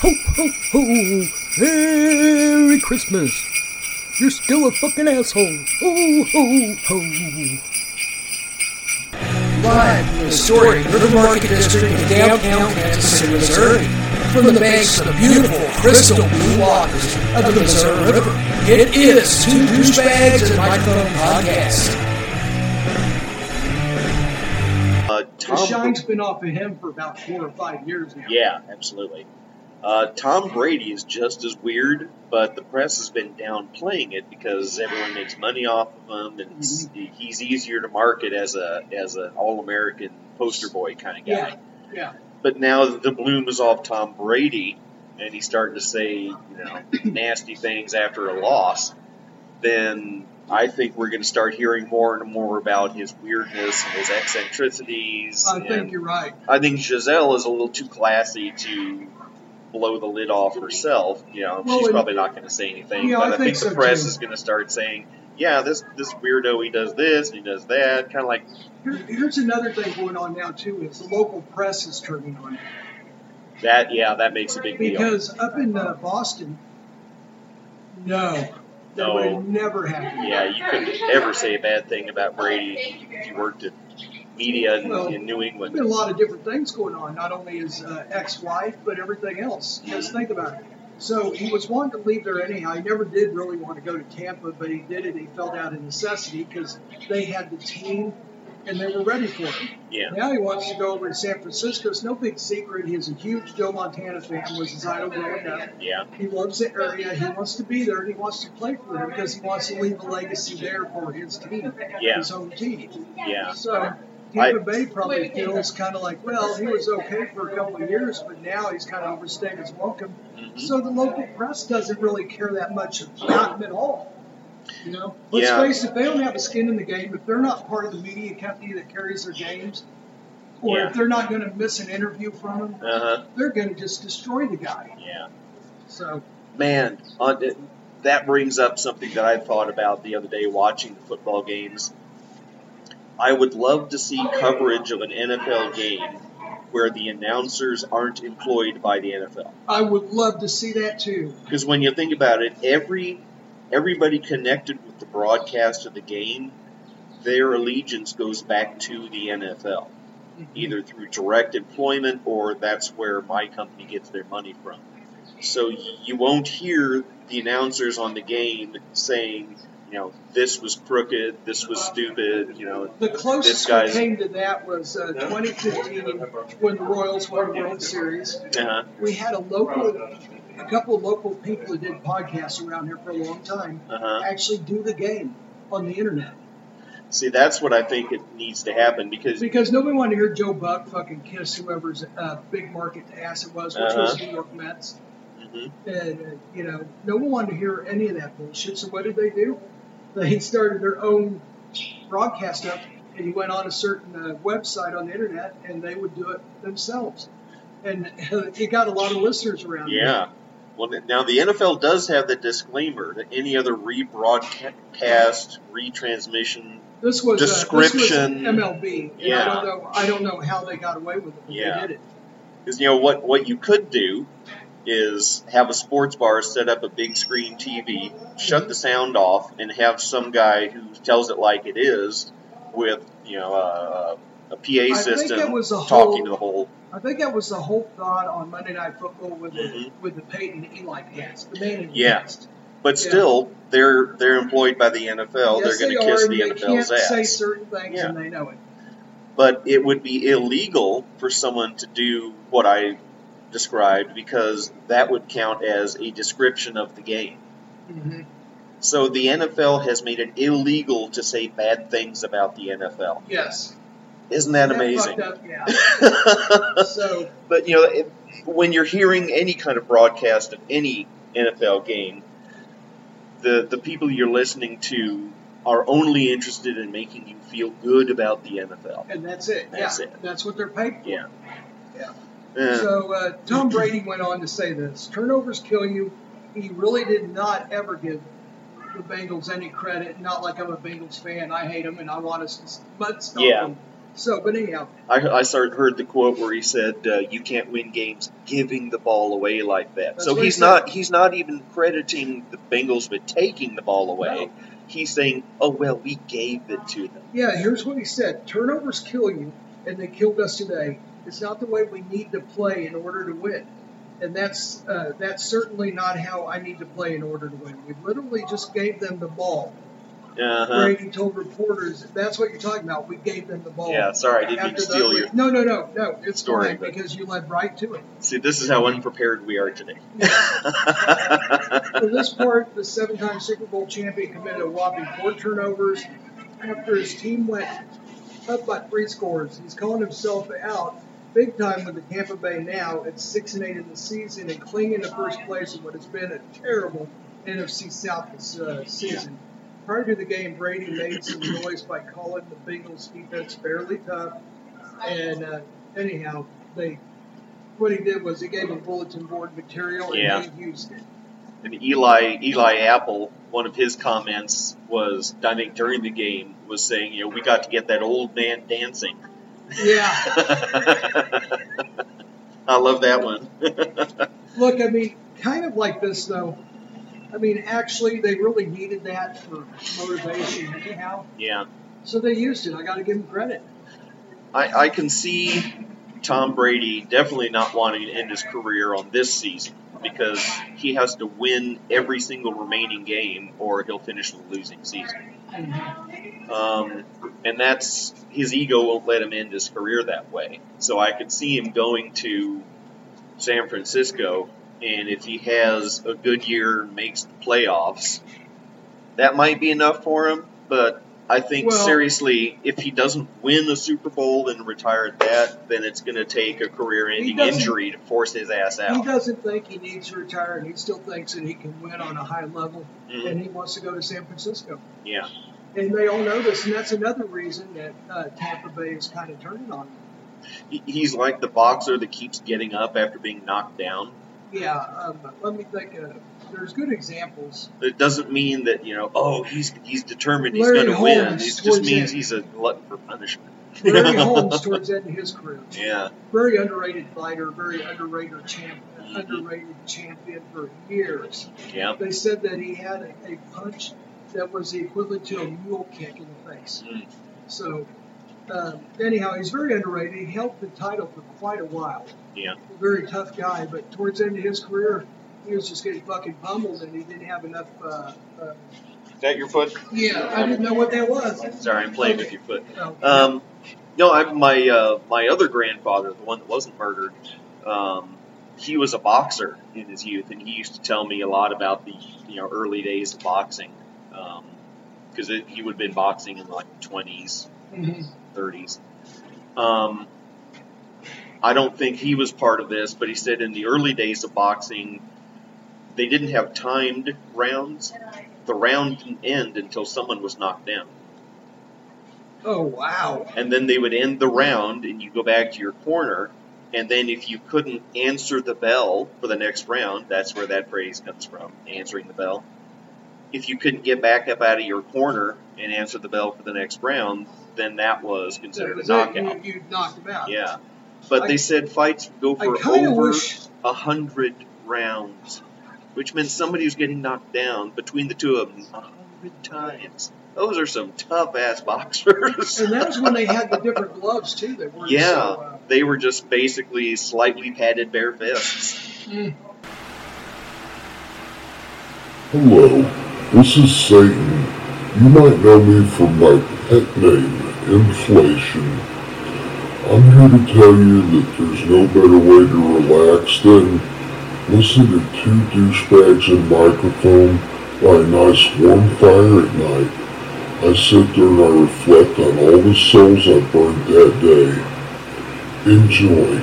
Ho, ho, ho! Merry Christmas! You're still a fucking asshole! Ho, ho, ho! Live from the historic River Market District in downtown Kansas City, Missouri. From the banks of the beautiful crystal blue waters of the Missouri River, it is Two Douchebags and a Microphone Podcast. Uh, The Tom. shine's been off of him for about four or five years now. Yeah, absolutely. Uh, Tom Brady is just as weird, but the press has been downplaying it because everyone makes money off of him, and it's- Mm-hmm. he's easier to market as a as an all American poster boy kind of guy. Yeah, yeah. But now the bloom is off Tom Brady, and he's starting to say you know nasty things after a loss. Then I think we're going to start hearing more and more about his weirdness and his eccentricities. I and- think you're right. I think Giselle is a little too classy to blow the lid off herself. You know, Well, she's and- probably not going to say anything, Yeah, but I, I think, think the so, press too. is going to start saying, "Yeah, this this weirdo he does this and he does that," kind of like, Here, here's another thing going on now too is the local press is turning on him. that. Yeah, that makes a big deal. because up in uh, Boston, no, that No. would have never happened. Yeah, you couldn't ever say a bad thing about Brady if you worked at media in, Well, in New There's England. been a lot of different things going on, not only his uh, ex-wife, but everything else. Just think about it. So he was wanting to leave there anyhow. He never did really want to go to Tampa, but he did it. He felt out of necessity because they had the team and they were ready for him. Yeah. Now he wants to go over to San Francisco. It's no big secret. He's a huge Joe Montana fan, was his idol growing up. Yeah, He loves the area. He wants to be there, and he wants to play for them because he wants to leave a legacy there for his team, Yeah. his own team. yeah, So I- Tampa Bay probably feels kind of like, well, he was okay for a couple of years, but now he's kind of overstayed his welcome. Mm-hmm. So the local press doesn't really care that much about him at all. You know, let's Yeah. face it, they don't have a skin in the game. If they're not part of the media company that carries their games, or Yeah. if they're not going to miss an interview from him, uh huh, they're going to just destroy the guy. yeah. So. man, on, that brings up something that I thought about the other day watching the football games. I would love to see coverage of an NFL game where the announcers aren't employed by the NFL. I would love to see that too. Because when you think about it, every everybody connected with the broadcast of the game, their allegiance goes back to the NFL, either through direct employment or that's where my company gets their money from. So y- you won't hear the announcers on the game saying, you know, this was crooked, this was stupid, you know, The this closest we guy's. came to that was uh, 2015 when the Royals won the World Series. Uh-huh. We had a local, a couple local people that did podcasts around here for a long time Uh-huh. actually do the game on the internet See, that's what I think it needs to happen because because nobody wanted to hear Joe Buck fucking kiss whoever's uh, big market ass it was, which was Uh-huh. New York Mets. Mhm. And, uh, you know, no one wanted to hear any of that bullshit. So what did they do? They started their own broadcast up, and you went on a certain uh, website on the internet, and they would do it themselves. And it got a lot of listeners around. there. Yeah. Well, th- now the NFL does have the disclaimer that any other rebroadcast, retransmission, This was uh, Description. this was MLB. and Yeah. I don't know. I don't know how they got away with it. But Yeah. They did it. is you know what what you could do is have a sports bar set up a big screen TV, shut the sound off, and have some guy who tells it like it is with you know a, a PA I think system that was the talking whole- to the whole. I think that was the whole thought on Monday Night Football with the Mhm. with the Peyton Eli cast, the Manning Yeah. cast. But Yeah. still, they're they're employed by the NFL. yes, they're they going to are, kiss and the they can't NFL's ass. say certain things, Yeah. and they know it. but it would be illegal for someone to do what I described because that would count as a description of the game. Mm-hmm. So the NFL has made it illegal to say bad things about the NFL. Yes, Isn't that That amazing? fucked up, yeah. so but you know, it, when you're hearing any kind of broadcast of any NFL game, the the people you're listening to are only interested in making you feel good about the NFL. and that's it. That's yeah, it. that's what they're paid for. Yeah. Yeah. Eh. So uh, Tom Brady went on to say this: turnovers kill you. He really did not ever give the Bengals any credit. Not like I'm a Bengals fan. I hate them and I want us to mud stomp Yeah. them. So, but anyhow, I, I started, heard the quote where he said, uh, "You can't win games giving the ball away like that." That's so what he he's said. not he's not even crediting the Bengals with taking the ball away. He's saying, "Oh well, we gave it to them." yeah, here's what he said: turnovers kill you, and they killed us today. It's not the way we need to play in order to win, and that's uh, that's certainly not how I need to play in order to win. We literally just gave them the ball. Uh-huh. Brady told reporters, "That's what you're talking about. We gave them the ball." Yeah, sorry, I didn't mean to After the- steal your. No, no, no, no. It's Story, fine but- because you led right to it. See, this is how unprepared we are today. For this part, the seven-time Super Bowl champion committed a whopping four turnovers after his team went up by three scores. He's calling himself out big time with the Tampa Bay now at six and eight in the season and clinging to first place in what has been a terrible NFC South this uh, season. Prior to the game, Brady made some noise by calling the Bengals defense fairly tough, and uh, anyhow, they. What he did was he gave him bulletin board material and Yeah. he used it. and Eli Eli Apple, one of his comments was, I think during the game, was saying, you know, we got to get that old man dancing. Yeah. I love that one. Look, I mean, kind of like this though. I mean, actually, they really needed that for motivation, anyhow. yeah, So they used it. I got to give them credit. I, I can see Tom Brady definitely not wanting to end his career on this season because he has to win every single remaining game or he'll finish the losing season. Um, and that's his ego won't let him end his career that way. So I could see him going to San Francisco, and if he has a good year, and makes the playoffs, that might be enough for him. But I think Well- seriously, if he doesn't win the Super Bowl and retire at that, then it's going to take a He career-ending doesn't- injury to force his ass He out. doesn't think he needs to retire, and he still thinks that he can win on a high level, Mhm. and he wants to go to San Francisco. Yeah, And they all know this, and that's another reason that uh, Tampa Bay is kind of turning on him. He- he's like the boxer that keeps getting up after being knocked down. Yeah, um, let me think. Uh, there's good examples. It doesn't mean that you know. Oh, he's he's determined he's Larry going to win. It Holmes just towards means the- he's a glutton for punishment. Larry Holmes towards the end of his career. yeah, very underrated fighter, very underrated champ, underrated champion for years. yeah. They said that he had a, a punch that was the equivalent to a mule kick in the face. Mm. So, um, anyhow, he's very underrated. He held the title for quite a while. Yeah. Very tough guy, but towards the end of his career, he was just getting fucking pummeled, and he didn't have enough. Uh, uh, Is that your foot? yeah, I didn't know what that was. Sorry, I'm playing with your foot. Oh, Um, no, I, my uh, my other grandfather, the one that wasn't murdered, um, he was a boxer in his youth, and he used to tell me a lot about the you know early days of boxing, because it he would have been boxing in like twenties, mhm. 30s. Um, I don't think he was part of this, but he said in the early days of boxing, they didn't have timed rounds. The round didn't end until someone was knocked down. Oh, wow. And then they would end the round, and you go back to your corner. And then if you couldn't answer the bell for the next round, that's where that phrase comes from answering the bell. If you couldn't get back up out of your corner and answer the bell for the next round, then that was considered a That was it. knockout. You, you knocked him out. Yeah. But I- they said fights go I for kind of over wish. a hundred rounds, which meant somebody was getting knocked down between the two of them a hundred times. Those are some tough ass boxers. And that was when they had the different gloves too. That were yeah, So, uh, they were just basically slightly padded bare fists. Hello, this is Satan. You might know me from my pet name, Inflation. I'm here to tell you that there's no better way to relax than listen to two douchebags in microphone by a nice warm fire at night. I sit there and I reflect on all the souls I burned that day. Enjoy.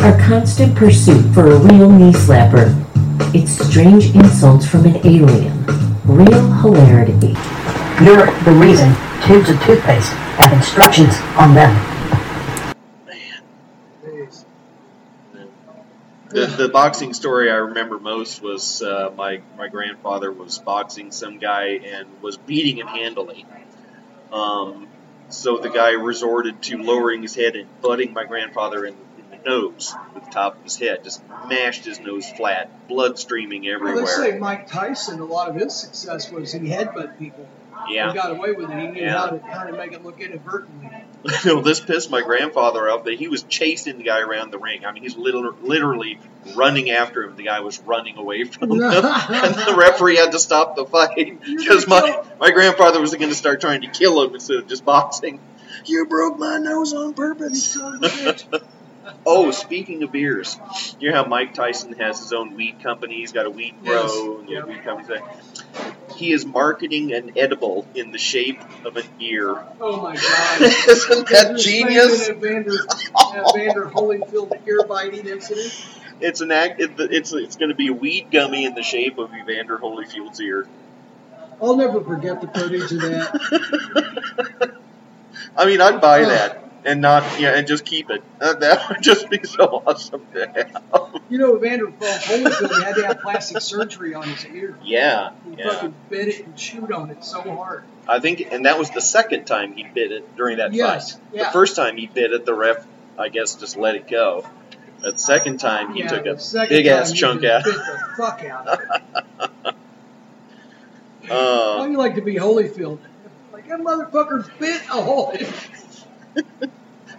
Our constant pursuit for a real knee slapper. It's strange insults from an alien. Real hilarity. You're the reason tubes of toothpaste have instructions on them. days. The, the boxing story I remember most was uh, my my grandfather was boxing some guy and was beating him handily, Um, so the guy resorted to lowering his head and butting my grandfather in, in the nose with the top of his head, just mashed his nose flat, blood streaming Well, let's say everywhere. Mike Tyson, a lot of his success was he headbutt people. He Yeah. got away with it. He knew Yeah. how, to, how to make it look inadvertently. no, this pissed my grandfather off that he was chasing the guy around the ring. I mean, he's literally, literally running after him. The guy was running away from him, and the referee had to stop the fight because my my grandfather was going to start trying to kill him instead of just boxing. You broke my nose on purpose. oh, speaking of beers, you know how Mike Tyson has his own weed company. He's got a weed grow Yes. and a Yep. weed company. He is marketing an edible in the shape of an ear. Oh my God. Isn't that Is this based genius? on that Vander, that Vander Holyfield ear biting incident. It's an act. It, it's it's going to be a weed gummy in the shape of Evander Holyfield's ear. I'll never forget the footage of that. I mean, I'd buy Ugh. that and not yeah, and just keep it. That, that would just be so awesome to have. You know, Vander Holyfield had to have plastic surgery on his ear. Yeah, He yeah. fucking bit it and chewed on it so hard. I think, and that was the second time he bit it during that Yes, fight. yeah. The first time he bit it, the ref, I guess, just let it go. That second time he Yeah, took the a second big ass time he chunk just out. Bit the fuck out of it. How Uh, do you like to be Holyfield? Like that motherfucker bit a hole.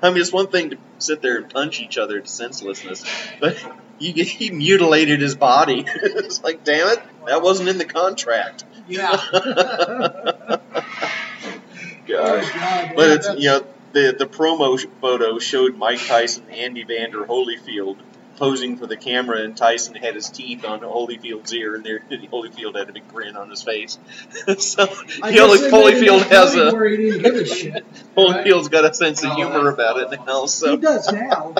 I mean, it's one thing to sit there and punch each other to senselessness, but he, he mutilated his body. it's like, damn it, that wasn't in the contract. Yeah. Gosh. God, Oh, But yeah, it's, you know, the, the promo sh- photo showed Mike Tyson, Andy Vander Holyfield posing for the camera, and Tyson had his teeth on Holyfield's ear, and there, Holyfield had a big grin on his face. so, I he only, guess they made him Holyfield has funny a, Where he didn't give a shit. Holyfield's got a sense of Oh, humor about it now, He so. does now.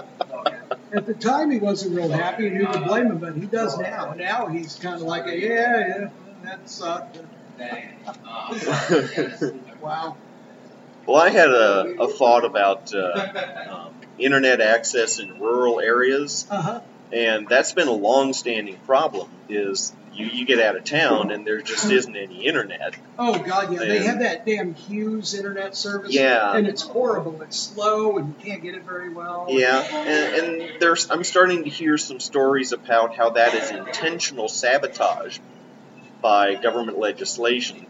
At the time, he wasn't real happy, and who could blame him? But he does now. Now he's kind of like, a, yeah, yeah, that sucked. Wow. Well, I had a, a thought about uh, um, internet access in rural areas, Uh huh. and that's been a long-standing problem. Is you, you get out of town and there just isn't any internet. Oh God, yeah. They Yeah. have that damn Hughes internet service. Yeah. And it's horrible. It's slow, and you can't get it very well. Yeah, and, and there's I'm starting to hear some stories about how that is intentional sabotage by government legislation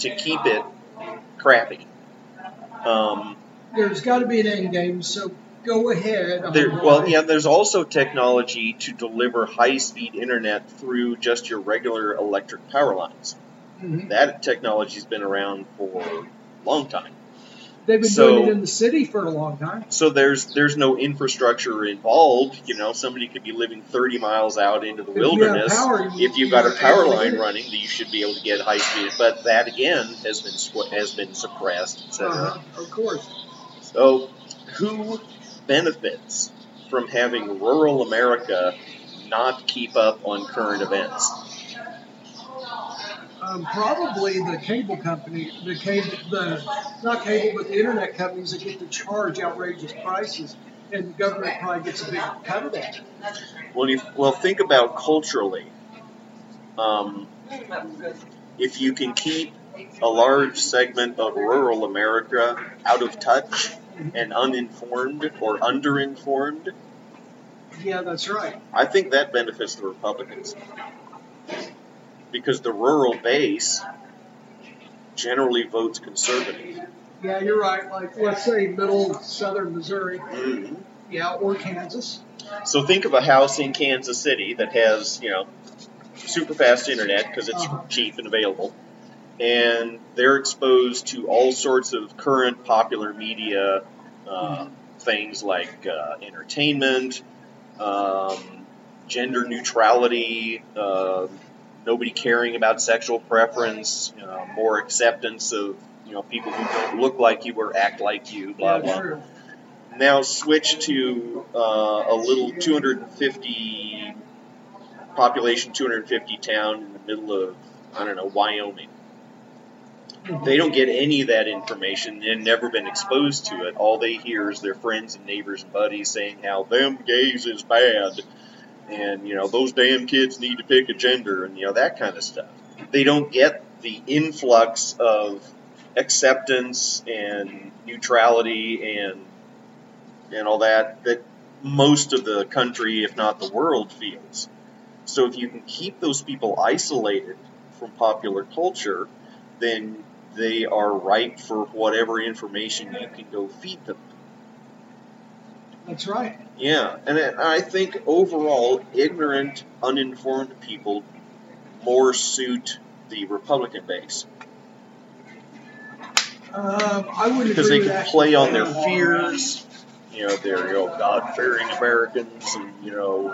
to keep it crappy. Um, There's got to be an end game. So go ahead. There, well, yeah, there's also technology to deliver high speed internet through just your regular electric power lines. Mhm. That technology's been around for a long time. They've been so- doing it in the city for a long time. So there's there's no infrastructure involved. You know, somebody could be living 30 miles out into the If you have wilderness. power, you- if you've got a you're power able to line get it. running, you should be able to get high speed. But that again has been squ- has been suppressed, etc. Uh-huh. Of course. So, who benefits from having rural America not keep up on current events? Um, probably the cable company, the cable, the not cable, but the internet companies that get to charge outrageous prices, and the government probably gets a big cut of that. Well, you, well, think about culturally. Um, if you can keep a large segment of rural America out of touch and uninformed or underinformed, Yeah, that's right. I think that benefits the Republicans because the rural base generally votes conservative. Yeah, you're right. Like let's say middle southern Missouri, Mhm. yeah, or Kansas. So think of a house in Kansas City that has, you know, super fast internet because it's Uh-huh. cheap and available. And they're exposed to all sorts of current popular media Hmm. uh, things like uh, entertainment, um, gender neutrality, uh, nobody caring about sexual preference, uh, more acceptance of you know people who don't look like you or act like you, blah yeah, blah true. now switch to uh, a little 250 population, 250 town in the middle of I don't know Wyoming. They don't get any of that information and never been exposed to it. All they hear is their friends and neighbors and buddies saying how them gays is bad, and you know those damn kids need to pick a gender and you know that kind of stuff. They don't get the influx of acceptance and neutrality and and all that that most of the country, if not the world, feels. So if you can keep those people isolated from popular culture, then they are ripe for whatever information you can go feed them. That's right. Yeah, and I I think overall, ignorant, uninformed people more suit the Republican base Um, I would because they agree with can that. play on their fears. You know, they're you know, God-fearing Americans, and you know,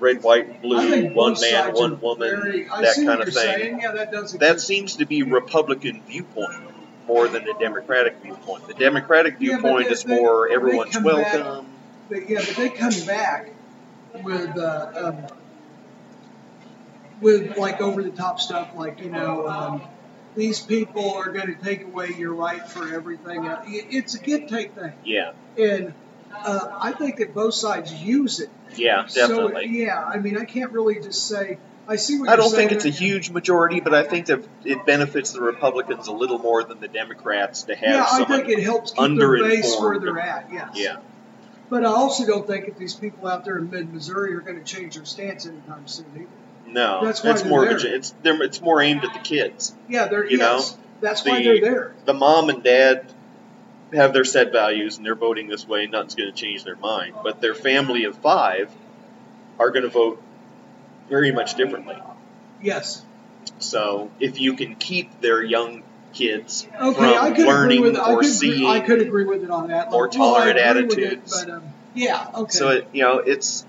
red, white, and I blue, think one both man, sides one are woman, very- I that see kind what of you're thing. saying. Yeah, that does. That seems to be Republican viewpoint more than the Democratic viewpoint. The Democratic Yeah, but viewpoint they- is they- more they everyone's come back- welcome. But yeah, but they come back with uh, um, with like over the top stuff, like you know, um, these people are going to take away your right for everything. Uh, it- It's a give take thing, Yeah, and uh, I think that both sides use it. yeah, So definitely. yeah, I mean, I can't really just say. I see what I you're don't saying. think it's a huge majority, but I think that it benefits the Republicans a little more than the Democrats to have Yeah, I someone. think it helps keep their base underinformed. where they're at. Yes. yeah, But I also don't think that these people out there in mid Missouri are going to change their stance anytime soon. Either. no, That's why it's they're more there. vigil- it's they're- it's more aimed at the kids. Yeah, they're You know, yes, that's why the- they're there. the mom and dad have their set values and they're voting this way, nothing's going to change their mind. But their family of five are going to vote very much differently. Yes. So if you can keep their young kids Okay, I from could learning agree with I or could, agree- seeing, I could agree with it on that. more Like, well, I tolerant agree with it, attitudes. but, um, yeah. Okay. so it, you know it's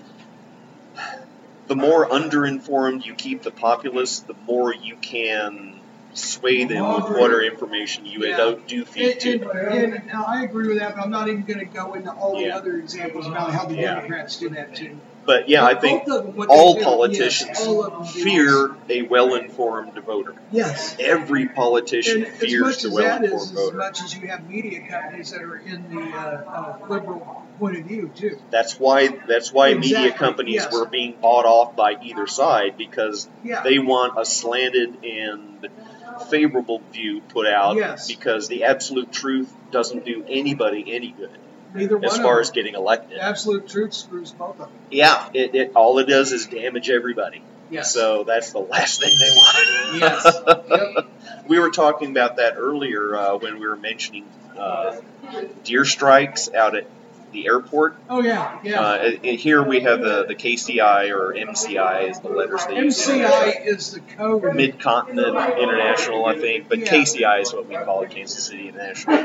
the more underinformed you keep the populace, the more you can sway them with what are information you Yeah. don't do feed And- to. and- them. and I agree with that, but I'm not even going to go into all the Yeah. other examples about how the Yeah. Democrats do that too. But yeah, I Both think of them, what they all do- politicians yes, all of them do fear a well-informed voter. this. Yes. Every politician And as fears much the as that well-informed is, as voter. much as you have media companies that are in the uh, uh, liberal point of view too. that's why that's why media Exactly, companies yes. were being bought off by either side because Yeah. they want a slanted and favorable view put out Yes. because the absolute truth doesn't do anybody any good Neither as one far of as getting elected. them. absolute truth screws both of them. Yeah, it, it all it does is damage everybody. Yes. So that's the last thing they want. Yes. Yep. We were talking about that earlier uh, when we were mentioning uh, deer strikes out at the airport. Oh yeah. Yeah. Uh, and- and here we have the, the KCI or MCI is the letters they use. MCI is the code. Mid Continent International, I think, but Yeah. KCI is what we call it, Kansas City International.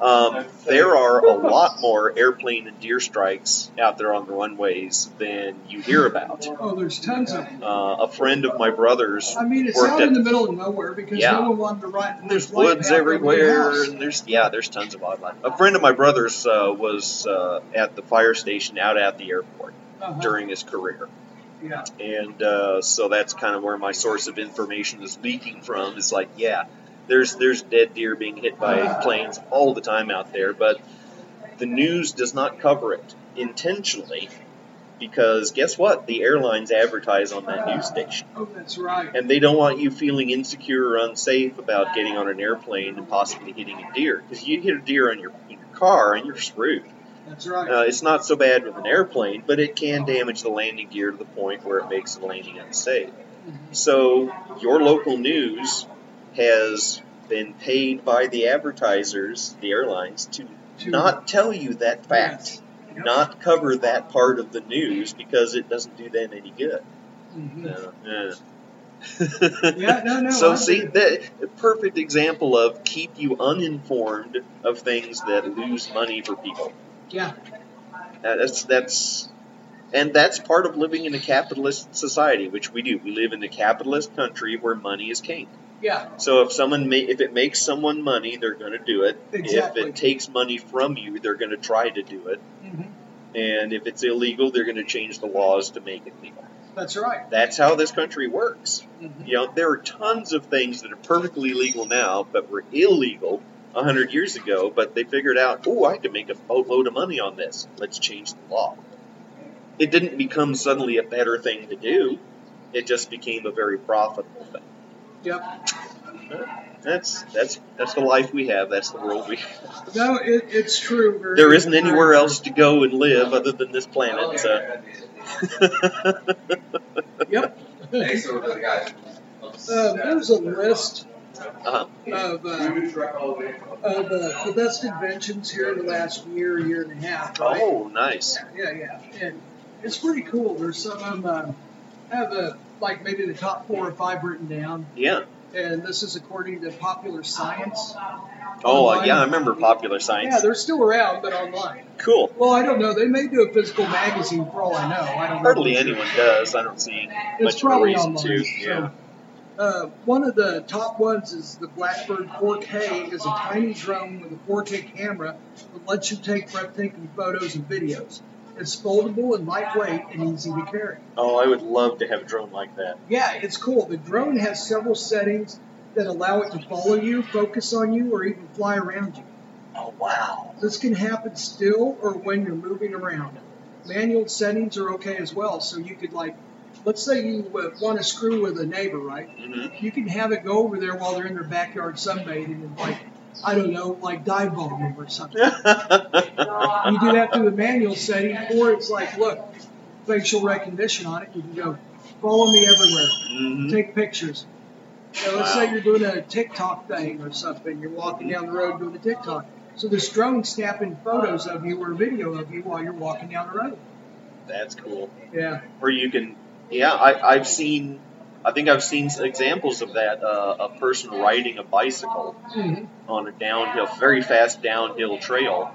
Um, there are a lot more airplane and deer strikes out there on the runways than you hear about. oh, there's tons of. Them. Uh, a friend of my brother's I mean, it's worked out in at the middle of nowhere because Yeah. no one wanted to ride. There's flight woods path over their everywhere, house. and there's yeah, there's tons of wildlife. A friend of my brother's uh, was uh, at the fire station out at the airport Uh-huh. during his career, Yeah. and uh, so that's kind of where my source of information is leaking from. Is like yeah, there's there's dead deer being hit by Ah. planes all the time out there, but the news does not cover it intentionally because guess what? The airlines advertise on that news station Oh, that's right. and they don't want you feeling insecure or unsafe about getting on an airplane and possibly hitting a deer because you hit a deer on your, in your car and you're screwed. That's right. Uh, it's not so bad with an airplane, but it can damage the landing gear to the point where it makes the landing unsafe. Mm-hmm. So your local news has been paid by the advertisers, the airlines, to To- not tell you that fact, Yep. not cover that part of the news because it doesn't do them any good. Mhm. Uh, Yeah. No. No. so I see agree. that a perfect example of keep you uninformed of things that lose money for people. Yeah. Uh, That's that's and that's part of living in a capitalist society, which we do. We live in a capitalist country where money is king. Yeah. So if someone ma- if it makes someone money, they're going to do it. If Exactly. it takes money from you, they're going to try to do it. Mhm. And if it's illegal, they're going to change the laws to make it legal. That's right. That's how this country works. Mhm. You know, there are tons of things that are perfectly legal now, but were illegal a hundred years ago. But they figured out, oh, I can make a boatload of money on this. Let's change the law. It didn't become suddenly a better thing to do. It just became a very profitable thing. Yep. That's that's that's the life we have. That's the world we. No, it, it's true. Very- There isn't very anywhere true. else to go and live other than this planet. So. Yep. Uh, there's a list uh-huh. of, uh, of uh, the best inventions here in the last year, year and a half. Right? Oh, nice. Yeah, yeah, yeah. And it's pretty cool. There's some of them um, have a, like maybe the top four or five written down, Yeah. and this is according to popular science. Oh, uh, yeah. I remember popular Yeah, science. they're still around, but online. Cool. Well, I don't know. They may do a physical magazine for all I know. I don't know. Hardly anyone does. I don't see It's much of a probably reason online. to. so, Yeah. uh, one of the top ones is the Blackbird 4K is a tiny drone with a 4K camera that lets you take breathtaking photos and videos. It's foldable and lightweight and easy to carry. Oh, I would love to have a drone like that. Yeah, it's cool. The drone has several settings that allow it to follow you, focus on you, or even fly around you. Oh, wow. This can happen still or when you're moving around. Manual settings are okay as well, so you could like, let's say you uh, want to screw with a neighbor, right? Mhm. You can have it go over there while they're in their backyard sunbathing and like, I don't know, like dive bomb them or something. you do have to do a manual setting, or it's like, look, facial recognition on it. You can go, follow me everywhere, Mm-hmm. take pictures. So let's say you're doing a TikTok thing or something. You're walking down the road doing a TikTok. So this drone snapping photos of you or video of you while you're walking down the road. That's cool. Yeah. Or you can, yeah, I, I've seen, I think I've seen examples of that. Uh, a person riding a bicycle Hmm. on a downhill, very fast downhill trail,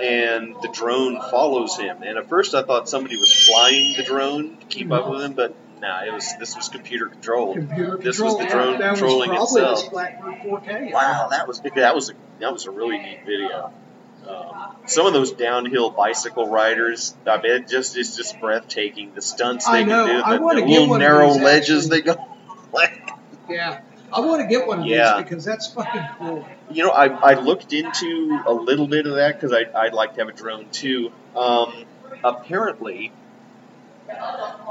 and the drone follows him. And at first, I thought somebody was flying the drone to keep up with him, but nah, it was this was computer controlled. Hmm. Computer this control. was the drone that controlling was probably itself. This Blackbird 4K. Wow, that was that was a that was a really neat video. Um, some of those downhill bicycle riders, I mean, it just it's just breathtaking. The stunts they I know. can do, I the, wanna the get little one of narrow these, ledges actually. they go. Like, Yeah. I want to get one of Yeah. these because that's fucking cool. you know, I, I looked into a little bit of that because I I'd like to have a drone too. Um, apparently,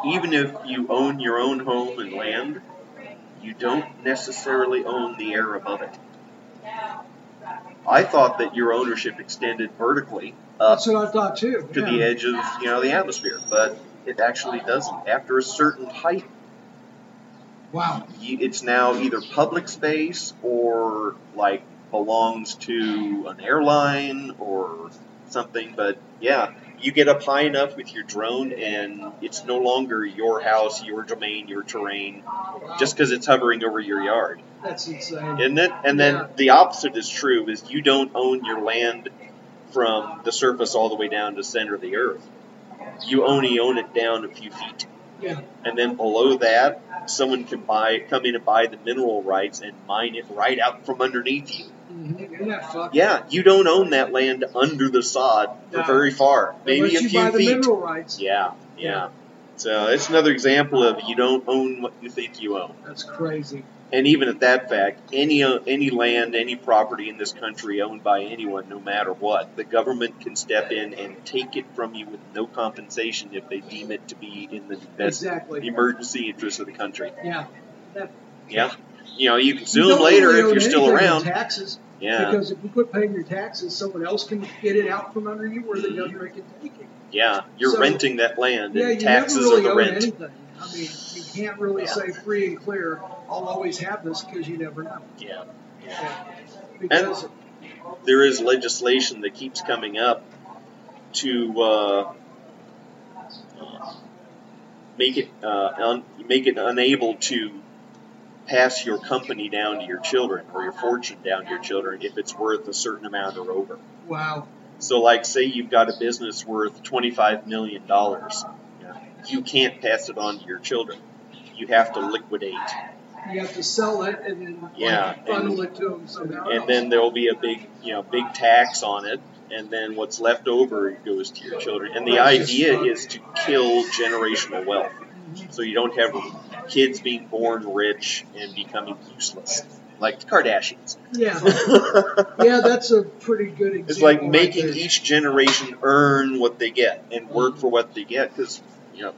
even if you own your own home and land, you don't necessarily own the air above it. I thought that your ownership extended vertically up That's what I thought too. to yeah. the edge of you know the atmosphere, but it actually doesn't. After a certain height, Wow. y- it's now either public space or like belongs to an airline or something. But yeah, you get up high enough with your drone, and it's no longer your house, your domain, your terrain, just because it's hovering over your yard That's insane. isn't it? And then Yeah. the opposite is true: is you don't own your land from the surface all the way down to the center of the earth. You only own it down a few feet, Yeah. and then below that, someone can buy, come in and buy the mineral rights and mine it right out from underneath you. Mhm. Isn't that fucked? Yeah, you don't own that land under the sod for No. very far, maybe Unless a you few buy the feet. mineral rights. Yeah, yeah. So it's another example of you don't own what you think you own. That's crazy. And even at that fact, any uh, any land, any property in this country owned by anyone, no matter what, the government can step in and take it from you with no compensation if they deem it to be in the best Exactly. emergency interest of the country. Yeah. That, Yeah, you know you can sue you them don't later really if own you're still anything in around. Taxes. Yeah, Because if you quit paying your taxes, someone else can get it out from under you, or the government can take it. yeah, you're So- renting that land, Yeah, Mm-hmm. and you taxes never really are the own rent. anything. I mean, you can't really say free and clear. I'll always have this because you never know. Yeah. Because there is legislation that keeps coming up to uh, uh, make it uh, un- make it unable to pass your company down to your children or your fortune down to your children if it's worth a certain amount or over. wow, So, like, say you've got a business worth twenty-five million dollars, you can't pass it on to your children. You have to liquidate, you have to sell it and then like, Yeah, funnel it to them somehow. and then there will be a big, you know, big tax on it, and then what's left over goes to your children. And the idea is to kill generational wealth, so you don't have kids being born rich and becoming useless, like the Kardashians. yeah, yeah, that's a pretty good example. It's like right making there. each generation earn what they get and work for what they get, because you know,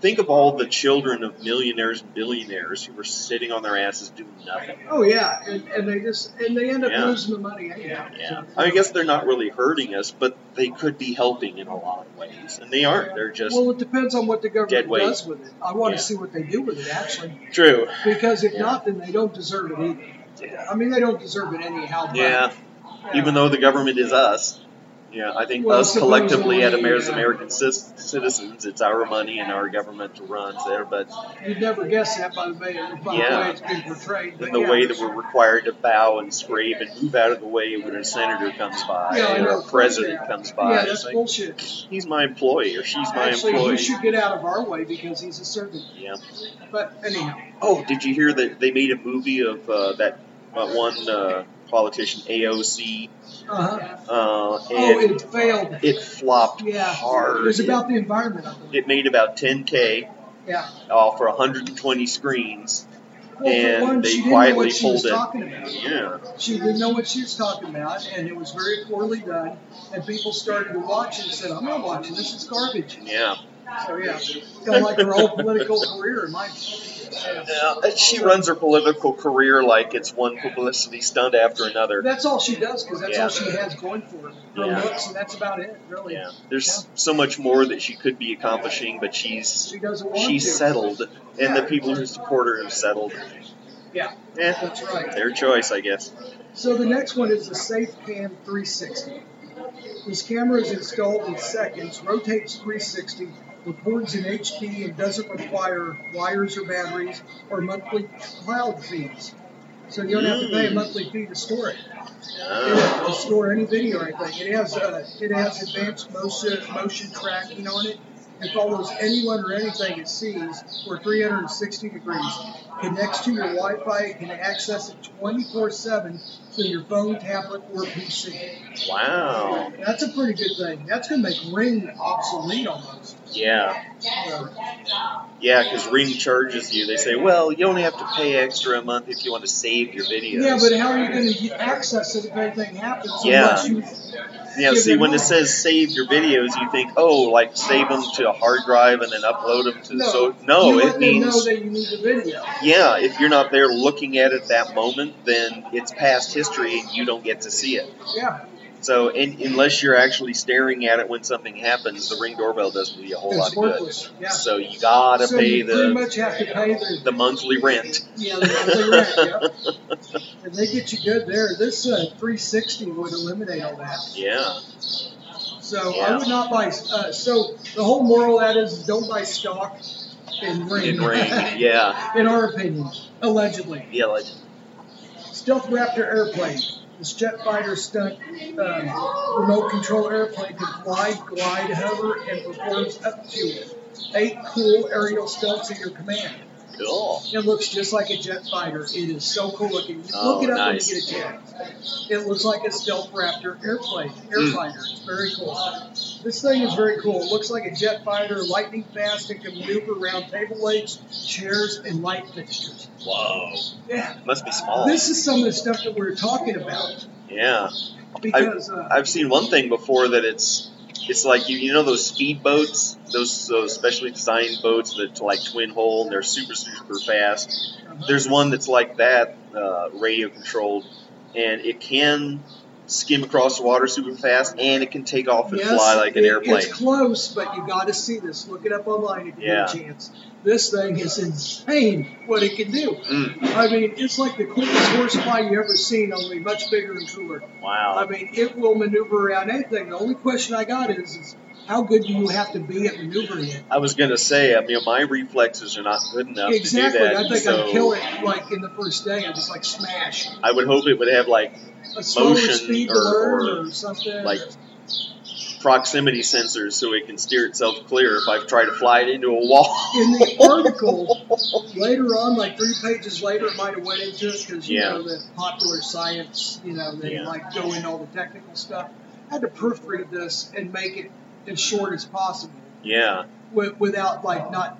Think of all the children of millionaires and billionaires who were sitting on their asses doing nothing. Oh yeah, and, and they just and they end up Yeah. losing the money anyhow. Yeah. I guess they're not really hurting us, but they could be helping in a lot of ways. And they aren't. They're just well, it depends on what the Dead government weight. does with it. I want Yeah. to see what they do with it actually, true. because if Yeah. not, then they don't deserve it either. I mean, they don't deserve it anyhow. but- Yeah. Even though the government is us. Yeah, I think Well, us collectively at supposedly, Amer- as yeah. American cis- citizens, it's our money and our government to run there, but you'd never guess that by the way, by the Yeah. way it's been portrayed. in but the yeah. way that we're required to bow and scrape and move out of the way when a senator comes by Yeah, I or know. a president Yeah. comes by. Yeah, It's that's like, bullshit. he's my employee or she's my Actually, employee. he should get out of our way because he's a servant. Yeah. But anyhow, Oh, did you hear that they made a movie of uh, that uh, one uh, politician AOC? uh-huh. Uh, and oh, it failed. it flopped yeah, hard. it was about the environment. I believe. It made about 10k Yeah. off for 120 screens. Well, And for one, they she didn't know quietly what she was pulled it. talking about. Yeah, She didn't know what she was talking about, and it was very poorly done. And people started to watch it and said, "I'm not watching this. It's garbage." yeah. So yeah, kind of like her whole political career. In my Now, uh, she runs her political career like it's one publicity stunt after another. That's all she does because that's Yeah. all she has going for her. Her Yeah. looks, and that's about it, really. Yeah, there's so much more that she could be accomplishing, but she's She doesn't want she's to. settled, and the people who support her have settled. Yeah. Eh, That's right. Their choice, I guess. So the next one is the SafeCam 360. This camera is installed in seconds, rotates 360, records in HD, and doesn't require wires or batteries or monthly cloud fees. So you don't have to pay a monthly fee to store it. It Uh, doesn't store any video or anything. It has uh, it has advanced motion motion tracking on it. It follows anyone or anything it sees for 360 degrees. Connects to your Wi-Fi. It can access it 24/7 through your phone, tablet, or PC. wow. That's a pretty good thing. That's gonna make Ring obsolete almost. Yeah. Uh, Yeah, because Ring charges you. They say, well, you only have to pay extra a month if you want to save your videos. yeah, but how are you going to access it if anything happens? Yeah. Unless you, yeah, give see, them when it more. says save your videos, you think, oh, like save them to a hard drive and then upload them to. so no, you let it them know means that you need the video. yeah, if you're not there looking at it that moment, then it's past history and you don't get to see it. Yeah. So and, unless you're actually staring at it when something happens, the Ring doorbell doesn't do you a whole It's lot of worthless, good. yeah. So you gotta so pay you pretty the much have to pay the the monthly rent. Yeah, they they wreck, yep. And they get you good there. This uh, 360 would eliminate all that. Yeah. So Yeah. I would not buy. Uh, so the whole moral of that is don't buy stock in Ring. In Ring. Yeah. in our opinion, allegedly. Yeah. Like, Stealth Raptor airplane. This jet fighter stunt um, remote control airplane can fly, glide, hover, and performs up to eight cool aerial stunts at your command. cool. It looks just like a jet fighter. It is so cool looking. You Oh, Look it up nice. when you get a chance. It looks like a stealth Raptor airplane, Hmm. air fighter. It's very cool. This thing is very cool. It looks like a jet fighter, lightning fast. It can maneuver around table legs, chairs, and light fixtures. Whoa. Yeah. Must be small. This is some of the stuff that we are talking about yeah. because uh, I've seen one thing before that it's it's like you, you know those speed boats, those those specially designed boats that like twin hole and they're super super fast. Uh-huh. There's one that's like that, uh, radio controlled, and it can skim across the water super fast, and it can take off and yes, fly like an it- airplane. It's close, but you got to see this. Look it up online if you Yeah. get a chance. This thing is insane what it can do. Mm, I mean, it's like the quickest horsefly you ever seen, only much bigger and cooler. I wow. mean, it will maneuver around anything. The only question I got is, is how good do you have to be at maneuvering it? I was gonna say, I mean, my reflexes are not good enough Exactly. to do that. I think so I'd kill it like in the first day. I'd just like smash I would hope it would have like a slower Motion speed to or- learn or or, something. like proximity sensors so it can steer itself clear if I try to fly it into a wall. in the article later on, like three pages later, it might have went into it because you Yeah. know the popular science, you know, they Yeah. like go into all the technical stuff. I had to proofread this and make it as short as possible Yeah, wi- without like not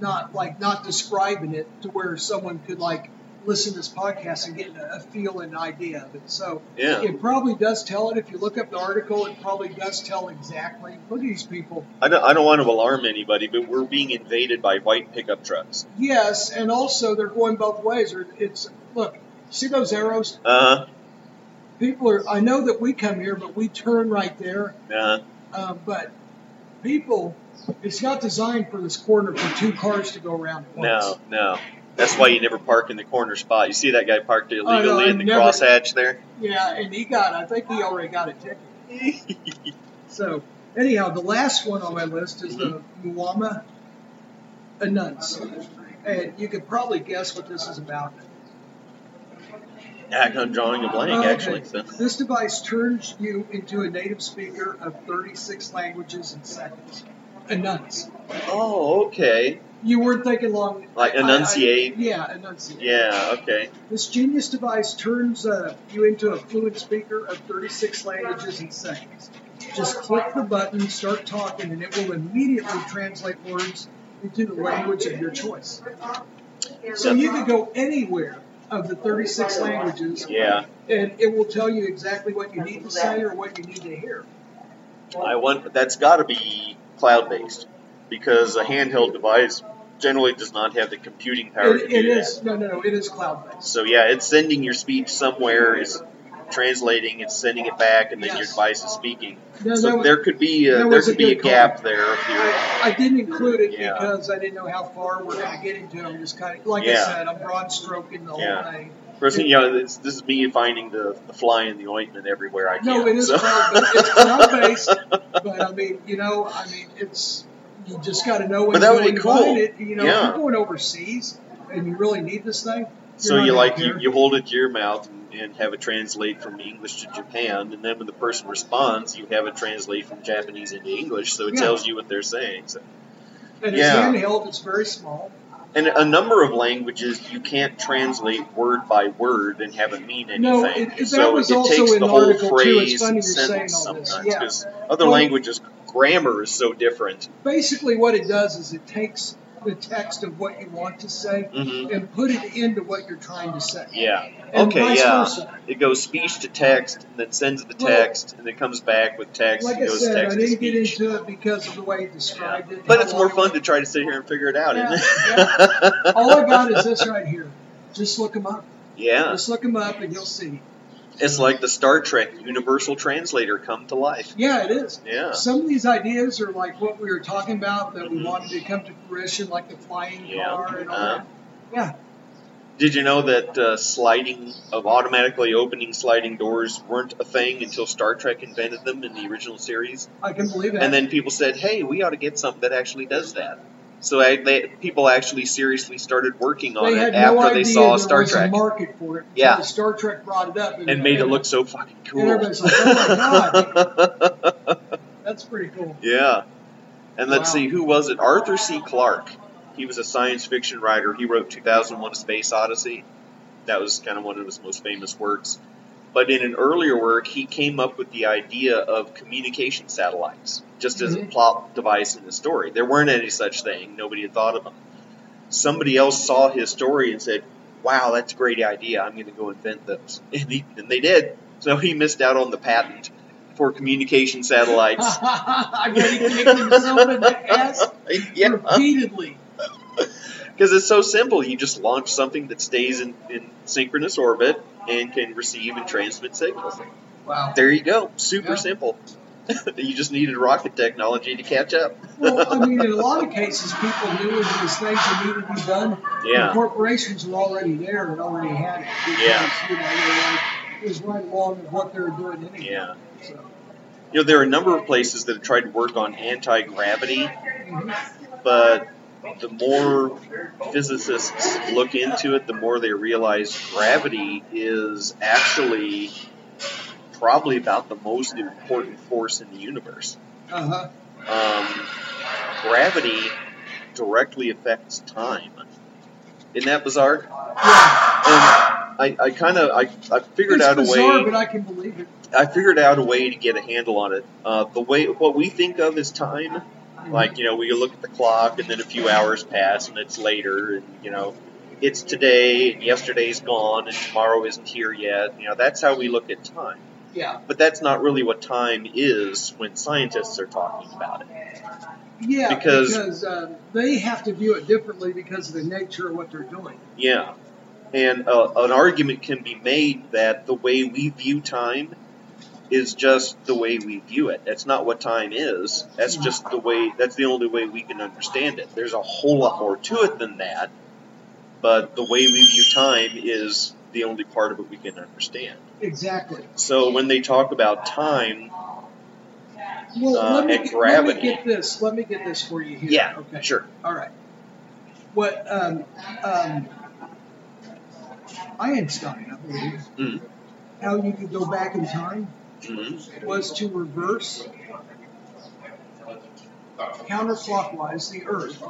not like not describing it to where someone could like listen to this podcast and get a, a feel and idea of it. So Yeah. it probably does tell it. If you look up the article, it probably does tell exactly. Look at these people. I don't, I don't want to alarm anybody, but we're being invaded by white pickup trucks. Yes, and also they're going both ways. Or It's look, see those arrows? Uh People are. I know that we come here, but we turn right there. huh. Uh, Uh, but people, it's not designed for this corner for two cars to go around at once. no, no. That's why you never park in the corner spot. You see that guy parked illegally I in the Oh, never- crosshatch there? Yeah, and he got, I think he already got a ticket. So, anyhow, the last one on my list is the Muama Anuns. And you could probably guess what this is about. Heck, I'm drawing a blank, Oh, Okay. actually. So. This device turns you into a native speaker of 36 languages in seconds. Anuns. Oh, okay. You weren't thinking long. Like I- I- enunciate. yeah, enunciate. Yeah, okay. This genius device turns uh, you into a fluent speaker of 36 languages in seconds. Just click the button, start talking, and it will immediately translate words into the language of your choice. So you could go anywhere of the 36 languages, Yeah. and it will tell you exactly what you need to say or what you need to hear. I want that's got to be cloud based because a handheld device generally does not have the computing power It- to it do is no, no, no, it is that. cloud-based. So yeah, it's sending your speech somewhere, it's translating, it's sending it back, and then your Yes. device is speaking. No, so that was- there could be that a, there was a could be a good call. gap there if you're I didn't include it Yeah. because I didn't know how far we're going to get into it. I'm just kind of, like I Yeah. said, I'm broad stroking the Yeah. whole thing. person. You know, this, this is me finding the, the fly in the ointment everywhere I can. No, it is so. cloud, but it's cloud based. But I mean, you know, I mean, it's you just got to know when But that you would be invite cool. it. You know, Yeah. if you're going overseas and you really need this thing. you're So not you gonna like you, care. you hold it to your mouth and, and have it translate from English to Japan, and then when the person responds, you have it translate from Japanese into English, so it Yeah. tells you what they're saying. So. and yeah. it's handheld. It's very small. And a number of languages you can't translate word by word and have it mean anything. No, it- it- that so was it also takes in the the whole article, too. It's phrase funny and you're saying sentence all this, sometimes yeah. because other Well- languages grammar is so different. Basically, what it does is it takes the text of what you want to say Mhm. and put it into what you're trying to say. Yeah. And okay. vice Yeah. versa. It goes speech to text, and then sends the Well- text, and then comes back with text, Like and I goes said, I text to didn't speech. get into it because of the way it described it. But how it's more long it fun to try to sit here and figure it out, isn't Yeah, it? All I got is this right here. Just look them up. yeah. Just look them up and you'll see. It's like the Star Trek Universal Translator come to life. Yeah, it is. Yeah. Mm-hmm. Some of these ideas are like what we were talking about that we wanted to come to fruition, like the flying Yeah. car and all Uh-huh. that. Yeah. Did you know that uh, sliding of automatically opening sliding doors weren't a thing until Star Trek invented them in the original series? I can believe it. And then people said, "Hey, we ought to get something that actually does that." So I, they, people actually seriously started working on they it had after no idea they saw there Star was Trek a market for it. until Yeah. Star Trek brought it up and made it look so fucking cool. And everybody's like, "Oh my That's pretty cool. Yeah. And let's Wow. see, who was it? Arthur C. Clarke. He was a science fiction writer. He wrote 2001 A Space Odyssey. That was kind of one of his most famous works. But in an earlier work, he came up with the idea of communication satellites, just as a Mhm. plot device in the story. There weren't any such thing, nobody had thought of them. Somebody else saw his story and said, Wow, that's a great idea. I'm going to go invent those. And, he, and they did. So he missed out on the patent for communication satellites I bet he kicked himself in the ass yeah, repeatedly. because it's so simple. You just launch something that stays in, in synchronous orbit and can receive and transmit signals. Wow. There you go. Super Yeah. simple. you just needed rocket technology to catch up. Well, I mean, in a lot of cases, people knew that these things that needed to be done. Yeah. The corporations were already there and already had it. because, Yeah. You know, they were like, it was right along with what they were doing anyway. Yeah. So, You know, there are a number of places that have tried to work on anti gravity, but the more physicists look into it, the more they realize gravity is actually probably about the most important force in the universe. uh huh. um, gravity directly affects time. Isn't that bizarre? Yeah. And I, I kind of I, I figured it's out a bizarre, way but I can believe it. I figured out a way to get a handle on it. Uh, the way what we think of as time, like you know we look at the clock and then a few hours pass and it's later and you know it's today and yesterday's gone and tomorrow isn't here yet. You know, that's how we look at time. Yeah. But that's not really what time is when scientists are talking about it. Yeah. Because- because um, they have to view it differently because of the nature of what they're doing. Yeah. And uh, an argument can be made that the way we view time is just the way we view it. That's not what time is. That's just the way, that's the only way we can understand it. There's a whole lot more to it than that, but the way we view time is the only part of it we can understand. Exactly. So when they talk about time, Well, Uh, let, me, and let gravity. me get this. Let me get this for you here. yeah, Okay. sure. All right. What um, um, Einstein, I believe, Mm. how you could go back in time Mhm. was to reverse counterclockwise the Earth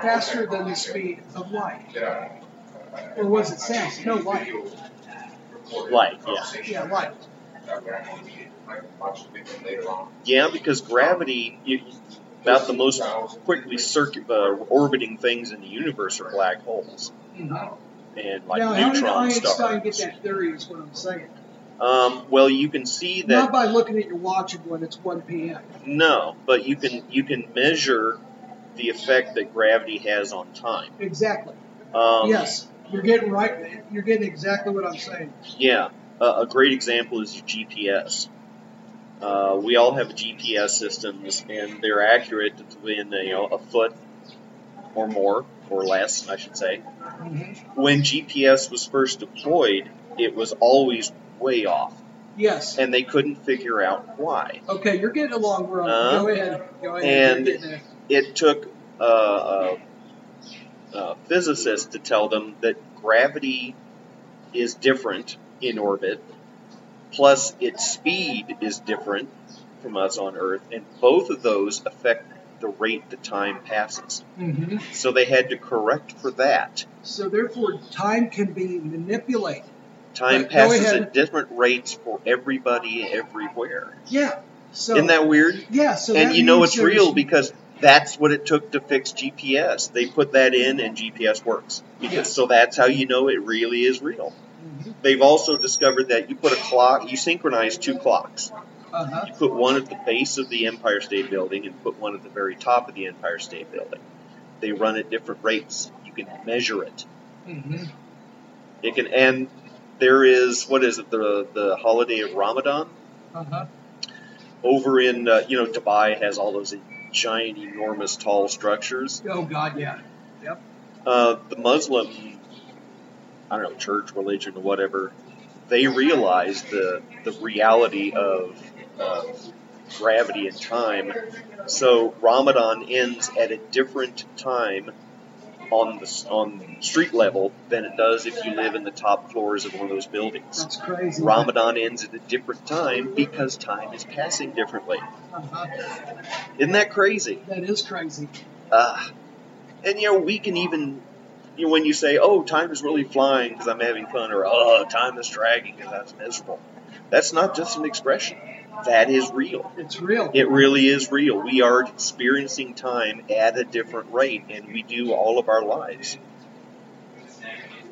faster than the speed of light. Or was it sound? No, light. Light, yeah. Yeah, light. Yeah, because gravity, you, about the most quickly circu- uh, orbiting things in the universe are black holes Mhm. and like now, how did neutron Einstein stars. get that theory? Is what I'm saying. Um, well, you can see Not that by looking at your watch and when it's 1 p.m. no, but you can you can measure the effect that gravity has on time. Exactly. Um, yes, you're getting right. You're getting exactly what I'm saying. Yeah, a a great example is GPS. Uh, we all have GPS systems, and they're accurate within you know, a foot or more, or less, I should say. When GPS was first deployed, it was always way off, Yes. and they couldn't figure out why. Okay, you're getting along. We're on. Uh, go ahead. Go ahead. and- You're getting there. It took uh, a, a physicist to tell them that gravity is different in orbit, plus its speed is different from us on Earth, and both of those affect the rate the time passes. Mhm. So they had to correct for that. So therefore, time can be manipulated. Time Right, go passes ahead. at different rates for everybody everywhere. Yeah. So Isn't that weird? yeah. So and that you know means it's there's- real because that's what it took to fix GPS. They put that in, and GPS works. Because, Yeah. So that's how you know it really is real. Mhm. They've also discovered that you put a clock, you synchronize two clocks. Uh-huh. You put one at the base of the Empire State Building and put one at the very top of the Empire State Building. They run at different rates. You can measure it. Mhm. It can, and there is what is it the the holiday of Ramadan Uh-huh. over in uh, you know Dubai has all those giant, enormous, tall structures. Oh God, yeah. uh, the Muslim, I don't know, church, religion, or whatever, they realize the the reality of uh, gravity and time. So Ramadan ends at a different time on the s- on street level than it does if you live in the top floors of one of those buildings. That's crazy. Ramadan ends at a different time because time is passing differently. Uh-huh. Isn't that crazy? That is crazy. Uh, and you know, we can even, you know, when you say, "Oh, time is really flying because I'm having fun," or "Oh, time is dragging because I was miserable," that's not just an expression. That is real. It's real. It really is real. We are experiencing time at a different rate, and we do all of our lives.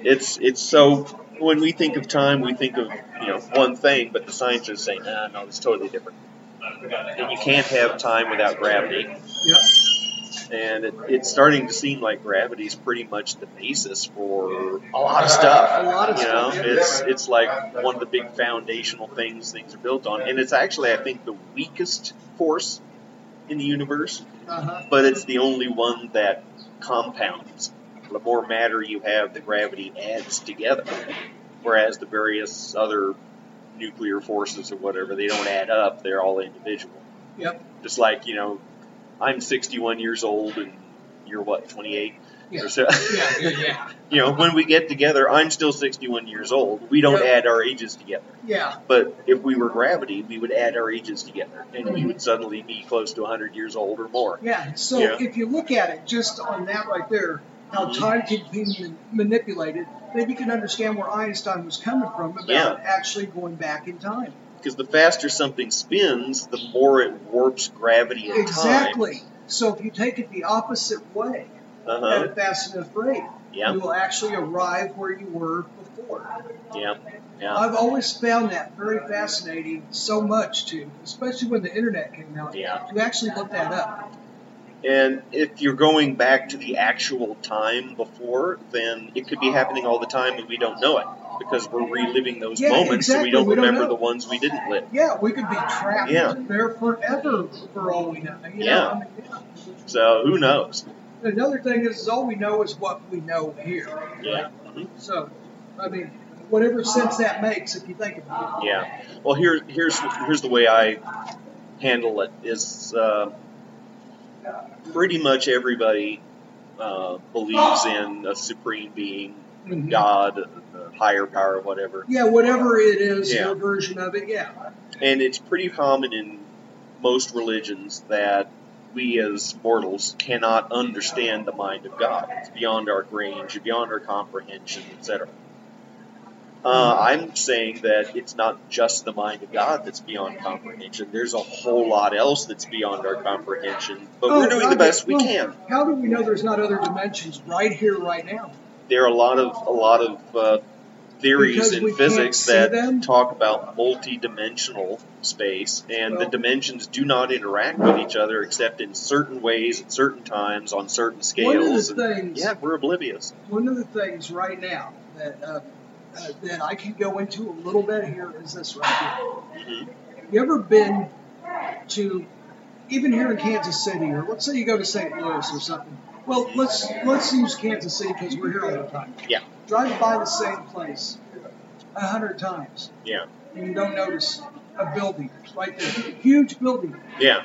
It's it's so when we think of time, we think of you know one thing, but the scientists say, "No, no, it's totally different." And you can't have time without gravity Yep. and it, it's starting to seem like gravity is pretty much the basis for a lot of stuff. A lot of you know, stuff, yeah. it's it's like one of the big foundational things things are built on, and it's actually I think the weakest force in the universe, Uh-huh. but it's the only one that compounds. The more matter you have, the gravity adds together, whereas the various other nuclear forces or whatever they don't add up; they're all individual. Yep. Just like, you know, I'm 61 years old and you're what, 28? Yeah. Or so. Yeah. Yeah. Yeah. you know, when we get together, I'm still 61 years old. We don't Yeah. add our ages together. Yeah. But if we were gravity, we would add our ages together and Mm-hmm. we would suddenly be close to 100 years old or more. Yeah. So Yeah. if you look at it just on that right there, how Mhm. time can be man- manipulated, then you can understand where Einstein was coming from about Yeah. actually going back in time. Because the faster something spins, the more it warps gravity and time. Exactly. So if you take it the opposite way, Uh-huh. at a fast enough rate. Yeah. You will actually arrive where you were before. Yeah. Yeah. I've always found that very fascinating, so much too, especially when the internet came out. Yeah. To actually look that up. And if you're going back to the actual time before, then it could be happening all the time and we don't know it because we're reliving those Yeah, moments so exactly, we don't we don't remember know. the ones we didn't live. Yeah, we could be trapped Yeah. there forever for all we know. you know? Yeah. I mean, yeah. So who knows? Another thing is, is all we know is what we know here. Yeah. Mhm. So, I mean, whatever sense that makes, if you think about it. Yeah. Well, here, here's here's the way I handle it is uh, pretty much everybody uh, believes in a supreme being, Mhm. God, a higher power, whatever. Yeah, whatever it is, Yeah. your version of it, yeah. And it's pretty common in most religions that we as mortals cannot understand the mind of God. It's beyond our range, beyond our comprehension, etc. Uh, I'm saying that it's not just the mind of God that's beyond comprehension. There's a whole lot else that's beyond our comprehension, but Oh, we're doing okay. the best we Well, can. How do we know there's not other dimensions right here, right now? There are a lot of a lot of uh, theories Because we in can't physics see that them? talk about multi-dimensional space, and Well- the dimensions do not interact with each other except in certain ways, at certain times, on certain One of the scales. and- things- yeah, we're oblivious. One of the things right now that uh, uh, that I can go into a little bit here is this right here. Mhm. You ever been to even here in Kansas City, or let's say you go to St. Louis or something? Well, let's let's use Kansas City because we're here all the time. Yeah, Drive by the same place a hundred times yeah, and you don't notice a building right there, huge building. yeah,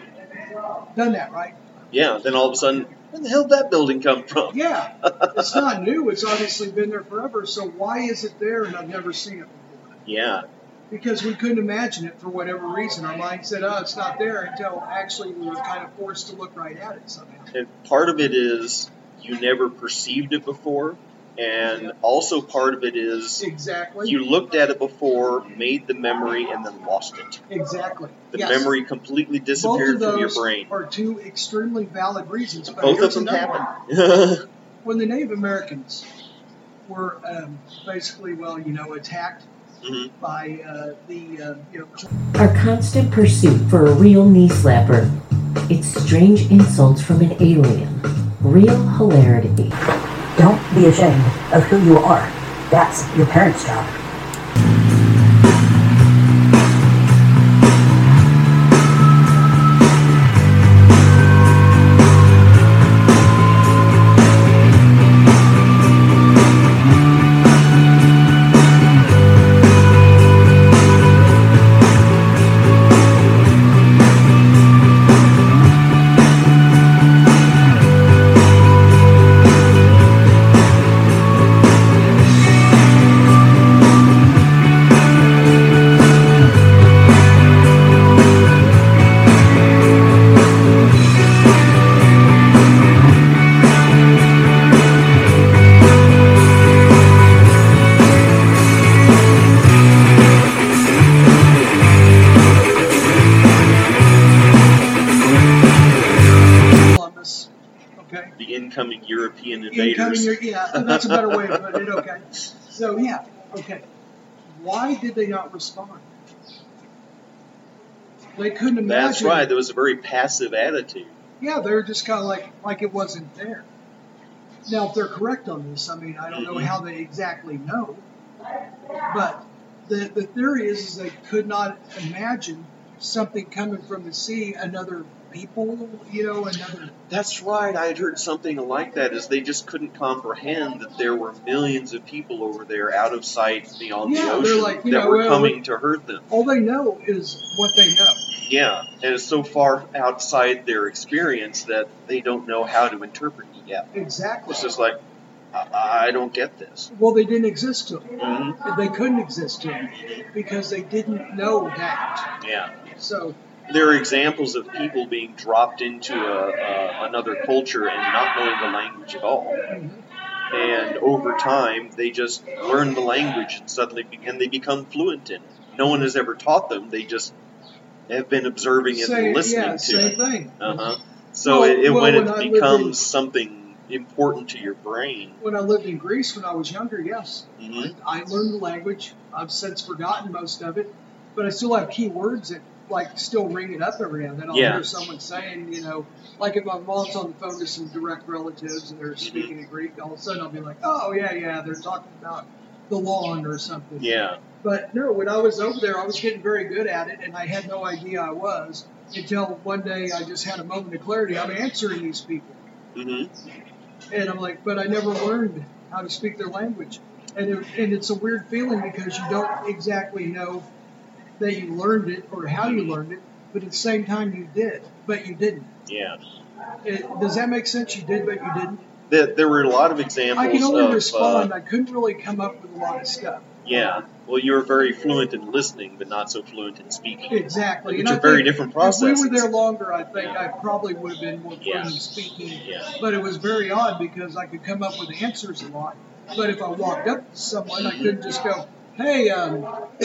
Done that, right? yeah. Then all of a sudden, where the hell did that building come from? Yeah, it's not new. It's obviously been there forever. So why is it there and I've never seen it before? Yeah, Because we couldn't imagine it for whatever reason. Our mind said, "Oh, it's not there," until actually we were kind of forced to look right at it somehow. And part of it is you never perceived it before, and also part of it is Exactly. you looked at it before, made the memory, and then lost it. exactly. The Yes. memory completely Both of disappeared those from your brain. are two extremely valid reasons. But Both of here's them another one. happen. When the Native Americans were um, basically, well, you know, attacked Mhm. by uh, the uh, you know Our constant pursuit for a real knee slapper. It's strange insults from an alien. Real hilarity. Don't be ashamed of who you are. That's your parents' job. Columbus. Okay. the incoming European Incoming, invaders. you're- yeah, that's a better way of putting it. Okay. So yeah, okay. Why did they not respond? They couldn't imagine. That's right. There was a very passive attitude. Yeah, they're just kind of like like it wasn't there. Now, if they're correct on this, I mean, I don't know Mhm. how they exactly know, but the the theory is, is they could not imagine something coming from the sea, another people, you know, another. That's right. I had heard something like that. Is they just couldn't comprehend that there were millions of people over there, out of sight, beyond Yeah, the they're ocean, like, you that know, were well, coming to hurt them. All they know is what they know. Yeah, and it's so far outside their experience that they don't know how to interpret it yet. Exactly. It's just like, I, I don't get this. Well, they didn't exist to them. hmm They couldn't exist to them because they didn't know that. Yeah. So, There are examples of people being dropped into a, a, another culture and not knowing the language at all. And over time, they just learn the language and suddenly be, and they become fluent in it. No one has ever taught them. They just have been observing it same, and listening yeah, to same it. thing. Uh huh. So Well- it, it, well, when when I it lived in- becomes something important to your brain. When I lived in Greece when I was younger, yes. Mhm. I learned the language. I've since forgotten most of it, but I still have key words that like still ring it up every now and then. I'll Yeah. hear someone saying, you know, like if my mom's on the phone to some direct relatives and they're Mm-hmm. speaking in Greek, all of a sudden I'll be like, oh yeah, yeah, they're talking about the lawn or something. Yeah. But no, when I was over there, I was getting very good at it, and I had no idea I was until one day I just had a moment of clarity. I'm answering these people. hmm And I'm like, but I never learned how to speak their language. And, it, and it's a weird feeling because you don't exactly know that you learned it or how you learned it, but at the same time you did, but you didn't. Yeah. It, does that make sense? You did, but you didn't. There, there were a lot of examples I can only of. respond. uh, I couldn't really come up with a lot of stuff. yeah. Well, you were very fluent in listening, but not so fluent in speaking. Exactly. Which And are I very think different If we processes. were there longer, I think Yeah. I probably would have been more fluent Yeah. in speaking. Yeah. But it was very odd because I could come up with answers a lot. But if I walked up to someone, I couldn't just go, hey, um,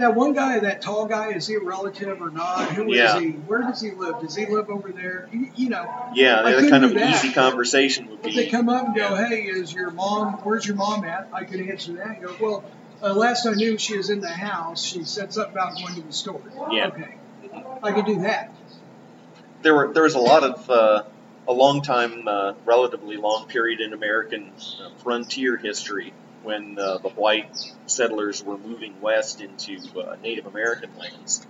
that one guy, that tall guy, is he a relative or not? Who is Yeah. he? Where does he live? Does he live over there? You, you know, Yeah, I the couldn't kind do of that. easy conversation would if they be. come up and go, hey, is your mom, where's your mom at? I could answer that and go, well, uh, last I knew she was in the house. She said something about going to the store. Yeah. Okay. I could do that. There were there was a lot of uh, a long time, uh, relatively long period in American uh, frontier history when uh, the white settlers were moving west into uh, Native American lands.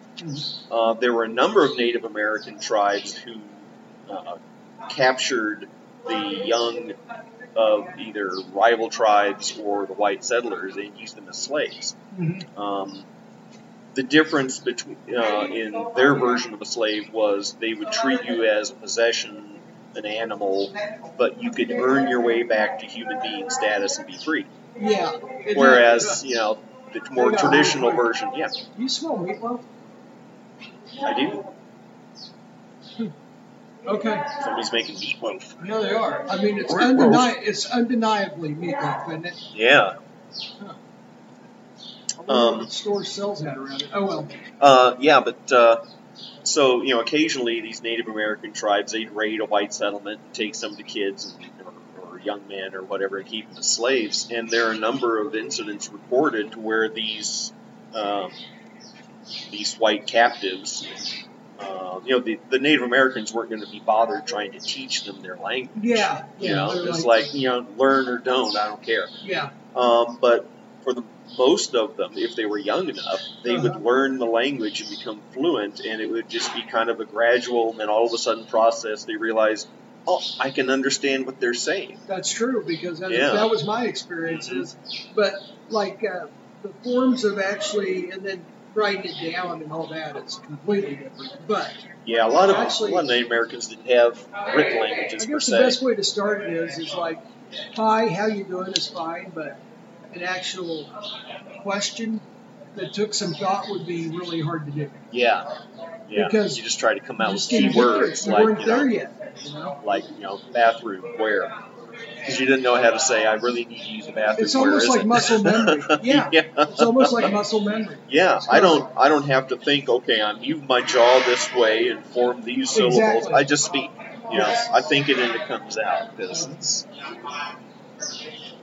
Uh, there were a number of Native American tribes who uh, captured the young of either rival tribes or the white settlers and used them as slaves. Um, the difference between uh, in their version of a slave was they would treat you as a possession, an animal, but you could earn your way back to human being status and be free. Yeah. It- Whereas you know the more traditional version, yeah, You smell meatloaf? I do. Okay. Somebody's making meatloaf. Yeah, they are. I mean, it's, Meatloaf. undeni- it's undeniably meatloaf, isn't it? Yeah. I wonder Um, what store sells that around it. Oh, well. Uh, yeah, but uh, so you know, occasionally these Native American tribes they'd raid a white settlement and take some of the kids or, or young men or whatever and keep them as slaves. And there are a number of incidents reported where these um, these white captives, uh, you know, the, the Native Americans weren't going to be bothered trying to teach them their language. Yeah. You yeah, know, they're it's like you know, learn or don't. I don't care. yeah. Um, but for the most of them, if they were young enough, they Uh-huh. would learn the language and become fluent, and it would just be kind of a gradual and then all of a sudden process. They realize, oh, I can understand what they're saying. That's true because that, Yeah. that was my experiences. But like uh, the forms of actually and then writing it down and all that is completely different. But Yeah, a lot of Actually- a lot of Native Americans didn't have written I languages per guess the best se. way to start it is is like, hi, how you doing is fine, but an actual question that took some thought would be really hard to do. Yeah, yeah. Because you just try to come out with Just didn't key get there. words You like weren't you there know, yet. You know? like you know, bathroom where, because you didn't know how to say I really need to use the bathroom. It's where almost is like it? muscle memory. Yeah. yeah. It's almost like muscle memory. Yeah, I don't. I don't have to think. Okay, I'm move my jaw this way and form these syllables. Exactly. I just speak. You know, I think it and it comes out because it's.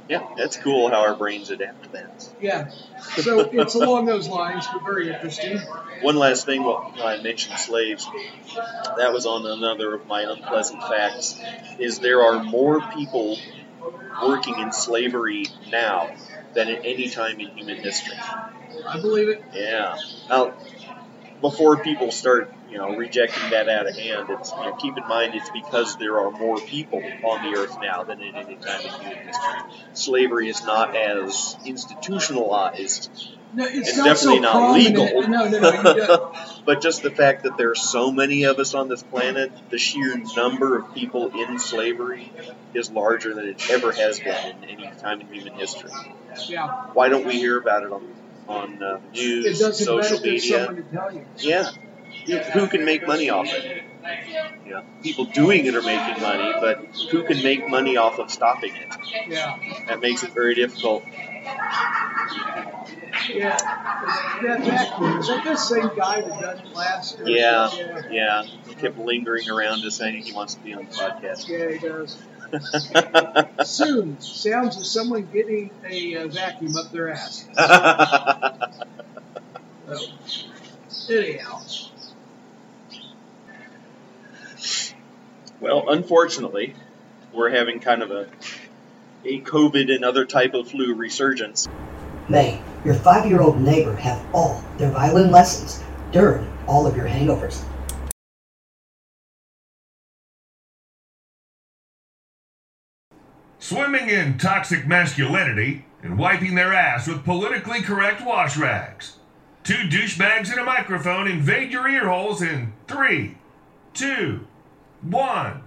Yeah, that's cool how our brains adapt to that. Yeah. So it's along those lines, but very interesting. One last thing, well, I mentioned slaves. That was on another of my unpleasant facts. Is there are more people working in slavery now than at any time in human history. I believe it. Yeah. Now, before people start, you know, rejecting that out of hand, it's you know, keep in mind it's because there are more people on the earth now than at any time in human history. Slavery is not as institutionalized, No, it's It's not so definitely not prominent. legal. No, no, no. You don't. but just the fact that there are so many of us on this planet, the sheer number of people in slavery is larger than it ever has been in any time in human history. Yeah. Why don't we hear about it on on uh, It news, doesn't social benefit media? someone to tell you. Yeah. Who- Who can make money off it? You know, people doing it are making money, but who can make money off of stopping it? Yeah. That makes it very difficult. Yeah. That, that, is that the same guy that does last? year? Yeah, yeah. yeah. He kept lingering around to saying he wants to be on the podcast. Yeah, he does. Soon, sounds of someone getting a uh, vacuum up their ass. Anyhow, well, unfortunately, we're having kind of a a COVID and other type of flu resurgence. May your five-year-old neighbor have all their violin lessons during all of your hangovers. Swimming in toxic masculinity and wiping their ass with politically correct wash rags. Two douchebags and a microphone invade your ear holes in three, two, one.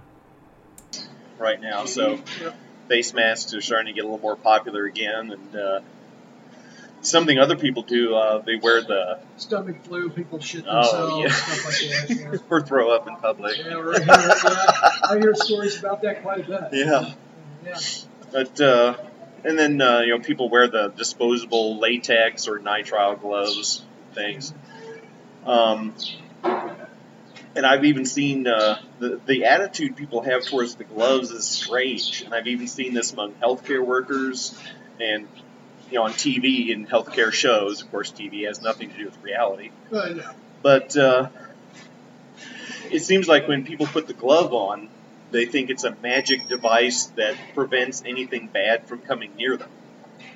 right now. So face masks are starting to get a little more popular again, and uh, something other people do uh, they wear the stomach flu, people shit Oh, themselves, yeah. stuff like that. or throw up in public. Yeah, yeah, right here, yeah. I hear stories about that quite a bit. Yeah, Yeah. but uh, and then uh, you know people wear the disposable latex or nitrile gloves things. Um, and I've even seen uh, the the attitude people have towards the gloves is strange, and I've even seen this among healthcare workers and you know on TV and healthcare shows. Of course, TV has nothing to do with reality. But, uh, But uh, it seems like when people put the glove on, they think it's a magic device that prevents anything bad from coming near them.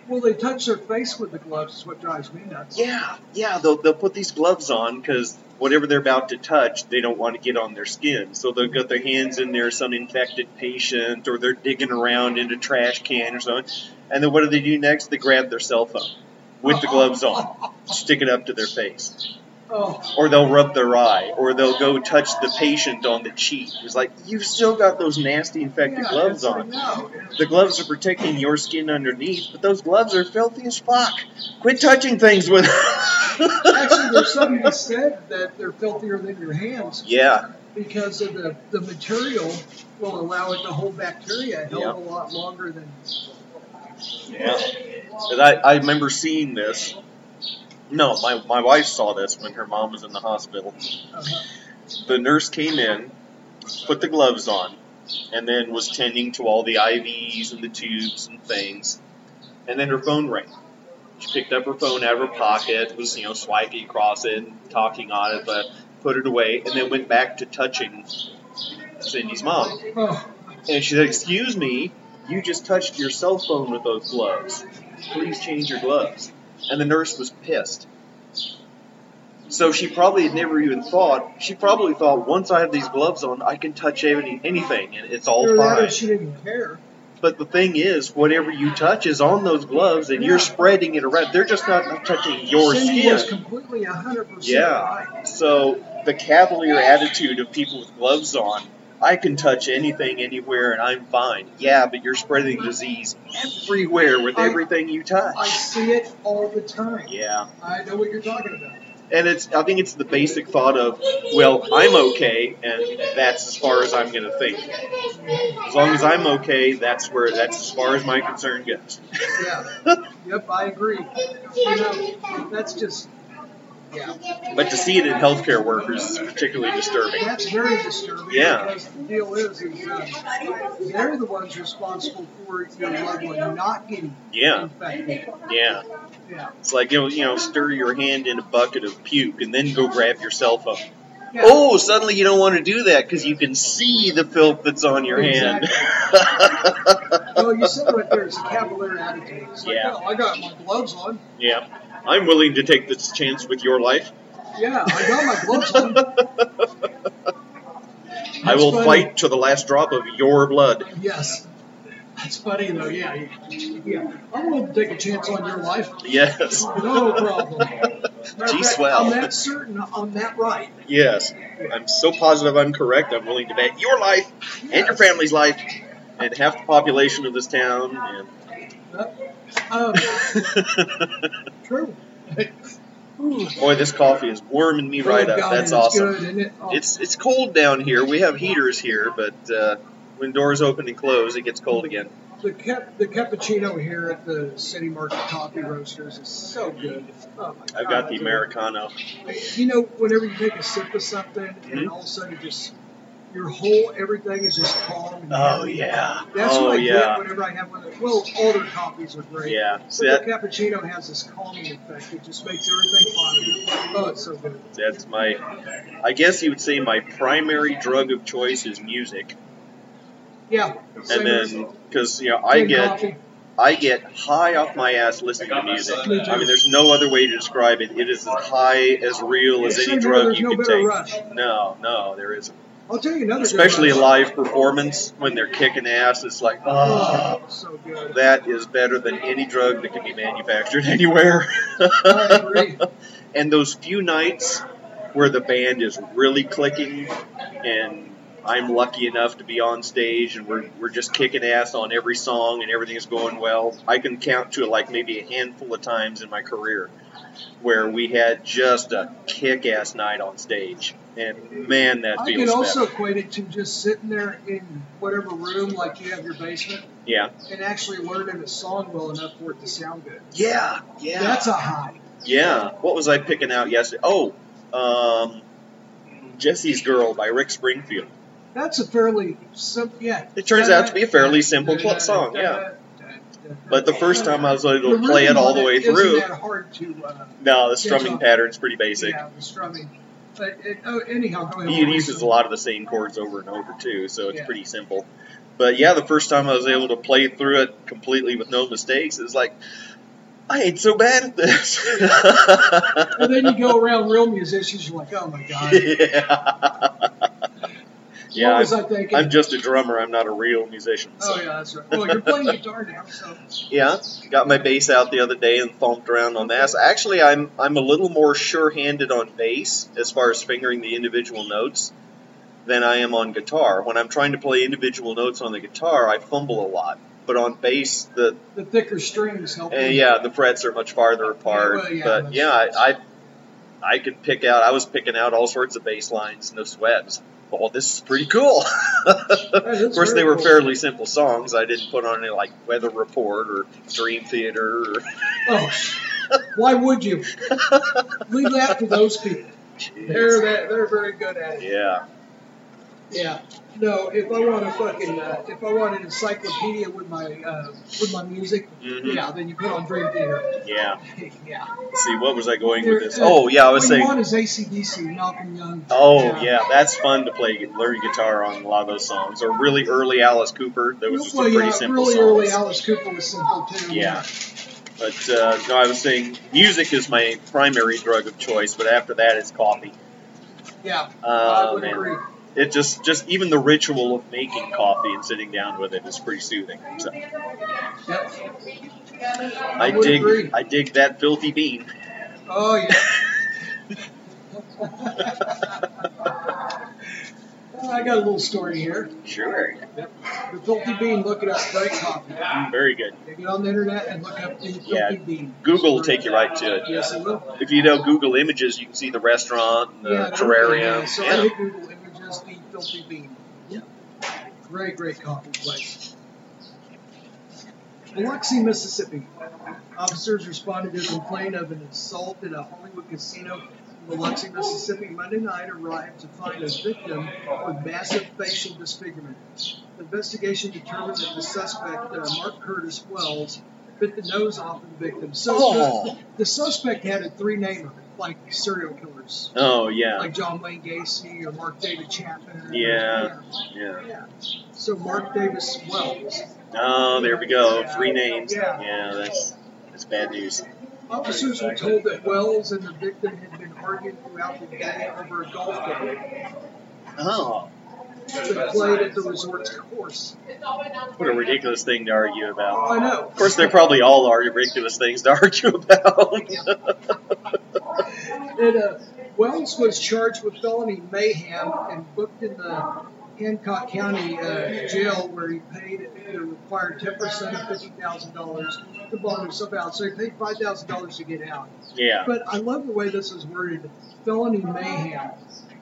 well, they touch their face with the gloves is what drives me nuts. Yeah, yeah, they'll, they'll put these gloves on because whatever they're about to touch, they don't want to get on their skin. So they'll get their hands in there, some infected patient, or they're digging around in a trash can or something. And then what do they do next? They grab their cell phone with the gloves on, stick it up to their face. Oh, or they'll rub their eye, or they'll go touch the patient on the cheek. It's like you've still got those nasty infected yeah, gloves it's like, on. No. The gloves are protecting your skin underneath, but those gloves are filthy as fuck. Quit touching things with. Actually, there's something that said that they're filthier than your hands. yeah, because of the, the material will allow it to hold bacteria held Yeah. a lot longer than yeah. But I, I remember seeing this. No, my, my wife saw this when her mom was in the hospital. uh, the nurse came in, put the gloves on, and then was tending to all the IVs and the tubes and things. And then her phone rang. She picked up her phone out of her pocket, was you know swiping across it, and talking on it, but put it away, and then went back to touching Cindy's mom. oh, And she said, "Excuse me, you just touched your cell phone with those gloves. Please change your gloves." And the nurse was pissed. So she probably had never even thought. She probably thought, "Once I have these gloves on, I can touch any, anything, and it's all either that fine." or she didn't care. But the thing is, whatever you touch is on those gloves, and you're spreading it around. They're just not touching your Cindy skin. was completely 100% Yeah. right. So the cavalier attitude of people with gloves on, I can touch anything, anywhere, and I'm fine. Yeah, but you're spreading disease everywhere with I- everything you touch. I see it all the time. yeah. I know what you're talking about. And it's I think it's the basic thought of, well, I'm okay and that's as far as I'm gonna think. As long as I'm okay, that's where that's as far as my concern goes. Yeah. yep, I agree. You know, that's just, yeah. But to see it in healthcare workers is particularly disturbing. That's very disturbing. Yeah. Because the deal is, is uh, they're the ones responsible for your loved one not getting Yeah. infected. Yeah. Yeah. It's like you know, you know, stir your hand in a bucket of puke and then go grab your cell phone. Yeah. Oh, suddenly you don't want to do that because you can see the filth that's on your hand. well, you said right there, it's a cavalier attitude. It's like, Yeah. oh, I got my gloves on. yeah, I'm willing to take this chance with your life. Yeah, I got my gloves on. I will funny. fight to the last drop of your blood. Yes. That's funny, though. Yeah. Yeah. I'm willing to take a chance on your life. Yes, No problem. Matter of Gee, fact, swell. I'm that certain I'm that right. yes. I'm so positive I'm correct. I'm willing to bet your life and your family's life and half the population of this town. And Um, true. Ooh. boy, this coffee is warming me right Oh, up. God, uh, That's it's awesome. Good, isn't it? Oh, It's it's cold down here. We have heaters here, but uh, when doors open and close, it gets cold again. the cap, the cappuccino here at the City Market Coffee Roasters is so good. Oh my I've God, got the it's Americano. You know, whenever you take a sip of something, Hmm? and all of a sudden, it just your whole everything is just calm. And Oh, happy. yeah. That's Oh, what I yeah. get whenever I have one of. the- Well, all their coffees are great. Yeah. But See, that, the cappuccino has this calming effect. It just makes everything positive. Oh, it's so good. that's my, I guess you would say my primary drug of choice is music. Yeah. same And as- then, because, you know, I same get, coffee. I get high off my ass listening to music. I mean, there's no other way to describe it. It is as high, as real as It's any same way, drug there's you no can better take. rush. No, no, there isn't. I'll tell you another. good Especially one. live performance when they're kicking ass. It's like, oh, Oh, so good. that is better than any drug that can be manufactured anywhere. I agree. and those few nights where the band is really clicking and I'm lucky enough to be on stage and we're, we're just kicking ass on every song and everything's going well. I can count to like maybe a handful of times in my career where we had just a kick ass night on stage. And man, that I feels could also better. equate it to just sitting there in whatever room, like you have your basement, Yeah. and actually learning a song well enough for it to sound good. Yeah. Yeah. That's a high. Yeah. What was I picking out yesterday? Oh, um, Jesse's Girl by Rick Springfield. That's a fairly simple. Yeah. It turns out to be a fairly simple cl- song, yeah. But the first time I was able to play it all the way through, Isn't that hard to? Uh, no, the strumming all- pattern's pretty basic. yeah, the strumming. But it, oh, anyhow, go ahead. He uses a lot of the same chords over and over too, so it's Yeah. pretty simple. But yeah, the first time I was able to play through it completely with no mistakes, it was like, I ain't so bad at this. And then you go around real musicians, you're like, oh my god. yeah. Yeah, what was I'm- I thinking? I'm just a drummer. I'm not a real musician. So. oh yeah, that's right. Well, you're playing guitar now, so Yeah, got my bass out the other day and thumped around on that. So actually, I'm I'm a little more sure-handed on bass as far as fingering the individual notes than I am on guitar. When I'm trying to play individual notes on the guitar, I fumble a lot. But on bass, the the thicker strings help. eh, you. yeah the frets are much farther apart. Yeah, well, yeah, but that's- yeah, I, I I could pick out. I was picking out all sorts of bass lines, no sweats. Oh, this is pretty cool. Of Of course, they were fairly simple songs. I didn't put on any like Weather Report or Dream Theater. Or, Oh, why would you? Leave that to those people. They're that, they're very good at it. yeah, Yeah. No, if I want to fucking uh, if I want an encyclopedia with my uh, with my music, Mhm. yeah, then you put on Dream Theater. yeah. yeah. See, what was I going with this? There- uh, Oh, yeah, I was what you saying. want is ACDC, Malcolm Young. Oh, yeah, that's fun to play, learn guitar on a lot of those songs. Or really early Alice Cooper. There was just Well, some pretty yeah, simple really early songs. Alice Cooper was simple too. Yeah. But uh, no, I was saying music is my primary drug of choice, but after that, it's coffee. Yeah. I Oh, would agree. man. It just, just even the ritual of making coffee and sitting down with it is pretty soothing. So Yep. I would dig, agree. I dig that filthy bean. Oh yeah. Well, I got a little story here. Sure. The Filthy Bean, look it up. Great copy. Mm, Very good. Get on the internet and look up the Filthy Yeah. Bean. Google will take you right to it. Yes, it will. If you know Google Images, you can see the restaurant, the Yeah, terrarium. So I yeah. hit Google Images, the Filthy Bean. Yeah. Great, great coffee place. Biloxi, Mississippi. Officers responded to a complaint of an assault at a Hollywood casino in Biloxi, Mississippi Monday night arrived to find a victim with massive facial disfigurement. The investigation determined that the suspect, uh, Mark Curtis Wells, bit the nose off of the victim. So Oh. the, the suspect had a three-namer, like serial killers Oh yeah, like John Wayne Gacy or Mark David Chapman. Yeah. yeah. Yeah. So Mark Davis Wells. Oh, there we go. Three names. Yeah. Yeah, that's that's bad news. Officers were told that Wells and the victim had been arguing throughout the day over a golf game Oh, that played at the resort's course. what a ridiculous thing to argue about. Oh, I know. Of course, they're probably all are ridiculous things to argue about. And, uh, Wells was charged with felony mayhem and booked in the Hancock County uh, jail where he paid the required 10% of $50,000 to bond himself out. So he paid $5,000 to get out. yeah, But I love the way this is worded. Felony mayhem.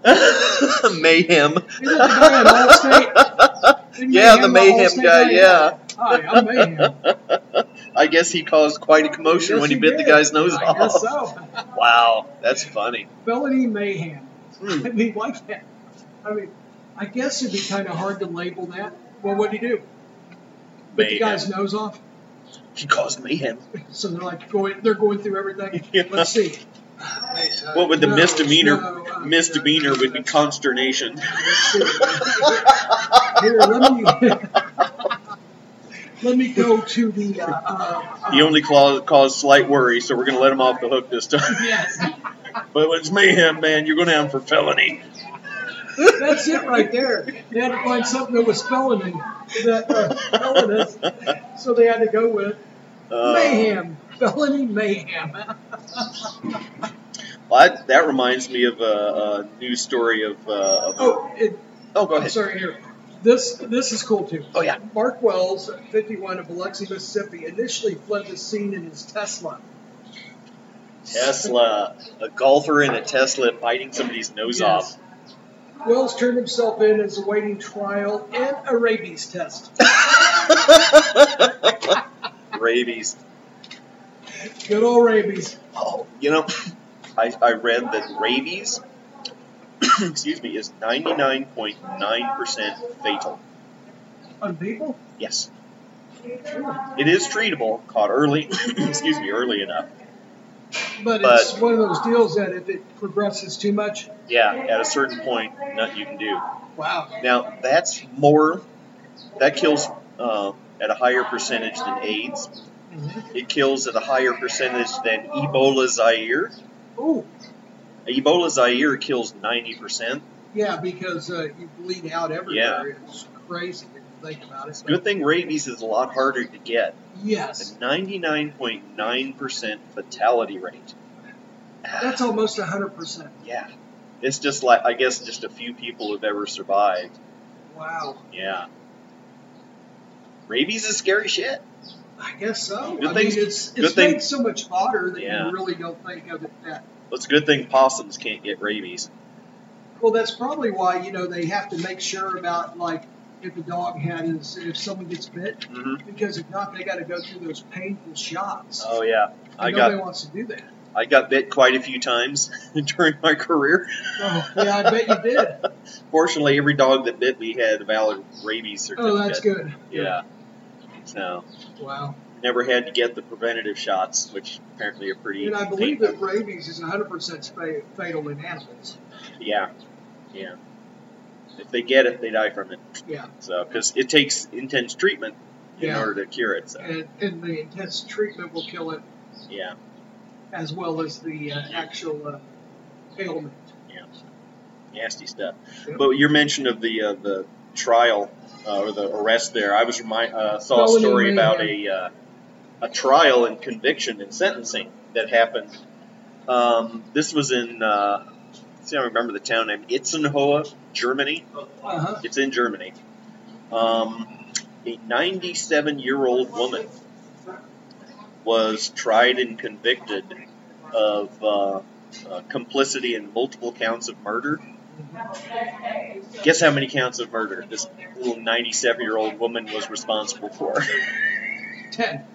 mayhem. Isn't that the guy in Allstate? Didn't he Yeah, have the mayhem Allstate guy. Yeah, Hi, I'm Mayhem. I guess he caused quite a commotion Yes, Oh, when he he bit the did. guy's nose I off. guess so. Wow, that's funny. Felony Mayhem. Hmm. I mean, like that. I mean, I guess it'd be kind of hard to label that. Well, what'd he do? Bit the Mayhem. guy's nose off. He caused mayhem. So they're like going, they're going through everything. Yeah. Let's see. Right, uh, What would the no, misdemeanor no, uh, misdemeanor uh, would be consternation. Here, let me let me go to the. Uh, uh, uh, He only cla- caused slight worry, so we're going to let him off the hook this time. yes, But when it's mayhem, man, you're going down for felony. that's it right there. They had to find something that was felony that uh, felonous, so they had to go with Uh, mayhem, felony mayhem. Well, that, that reminds me of a, a news story of. Uh, of Oh, it, oh, go I'm ahead. sorry. Here, this this is cool too. Oh, yeah. Mark Wells, 51 of Biloxi, Mississippi, initially fled the scene in his Tesla. Tesla, a golfer in a Tesla biting somebody's nose Yes. off. Wells turned himself in as awaiting trial and a rabies test. Rabies. Good old rabies. Oh, you know, I, I read that rabies, excuse me, is 99.9% fatal. On people? Yes. It is treatable, caught early, excuse me, early enough. But, But- it's one of those deals that if it progresses too much, Yeah, at a certain point, nothing you can do. wow. Now, that's more, that kills uh, at a higher percentage than AIDS. It kills at a higher percentage than Ebola Zaire. Oh, Ebola Zaire kills 90%. yeah, because uh, you bleed out everywhere. Yeah. It's crazy when you think about it. Good thing rabies is a lot harder to get. A Yes. 99.9% fatality rate. Ah, That's almost 100%. Yeah. It's just like, I guess, just a few people have ever survived. Wow. Yeah. Rabies is scary shit. I guess so. Good I thing- mean, it's, good it's thing- made so much hotter that Yeah. you really don't think of it that. Well, it's a good thing possums can't get rabies. Well, that's probably why, you know, they have to make sure about, like, if the dog had his, if someone gets bit, hmm because if not, they got to go through those painful shots. Oh, yeah. I and got nobody wants to do that. I got bit quite a few times during my career. Oh, yeah, I bet you did. Fortunately, every dog that bit me had a valid rabies certificate. Oh, that's good. Yeah. So, Wow. never had to get the preventative shots, which apparently are pretty. And I believe painful. that rabies is 100% spa- fatal in animals. Yeah, yeah. If they get it, they die from it. Yeah. So, because it takes intense treatment in Yeah. order to cure it. So, And, and the intense treatment will kill it yeah, as well as the uh, actual uh, ailment. nasty stuff. Yep. But your mention of the uh, the trial uh, or the arrest there, I was remind uh, saw a Felony story about a mayhem. uh, a trial and conviction and sentencing that happened. Um, this was in. Uh, see, I remember the town name Itzenhoe, Germany. Uh-huh. It's in Germany. Um, a 97 year old woman was tried and convicted of uh, uh, complicity in multiple counts of murder. Guess how many counts of murder this little 97 year old woman was responsible for? 10.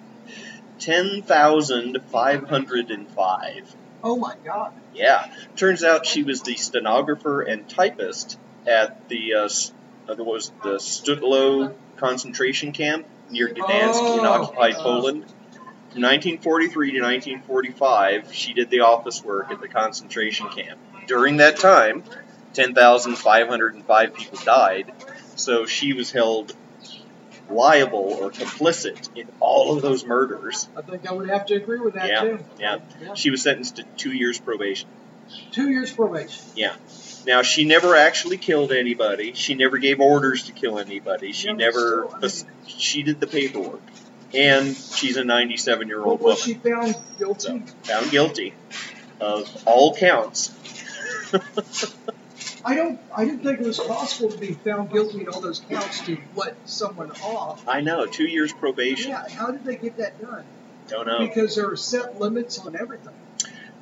10,505. Oh, my God. Yeah. Turns out she was the stenographer and typist at the uh, s- uh, what was it, the Stutlo concentration camp near Gdansk in Oh. occupied Poland. From 1943 to 1945, she did the office work at the concentration camp. During that time, 10,505 people died, so she was held liable or complicit in all of those murders. I think I would have to agree with that, Yeah, too. yeah. yeah. She was sentenced to two years probation. Two years probation. Yeah. Now she never actually killed anybody. She never gave orders to kill anybody. She Yeah, but never. still, I mean- she did the paperwork, and she's a 97 year Well, old was woman. she found guilty? Found guilty of all counts. I don't. I didn't think it was possible to be found guilty in all those counts to let someone off. I know. Two years probation. Yeah, how did they get that done? Don't know. Because there are set limits on everything.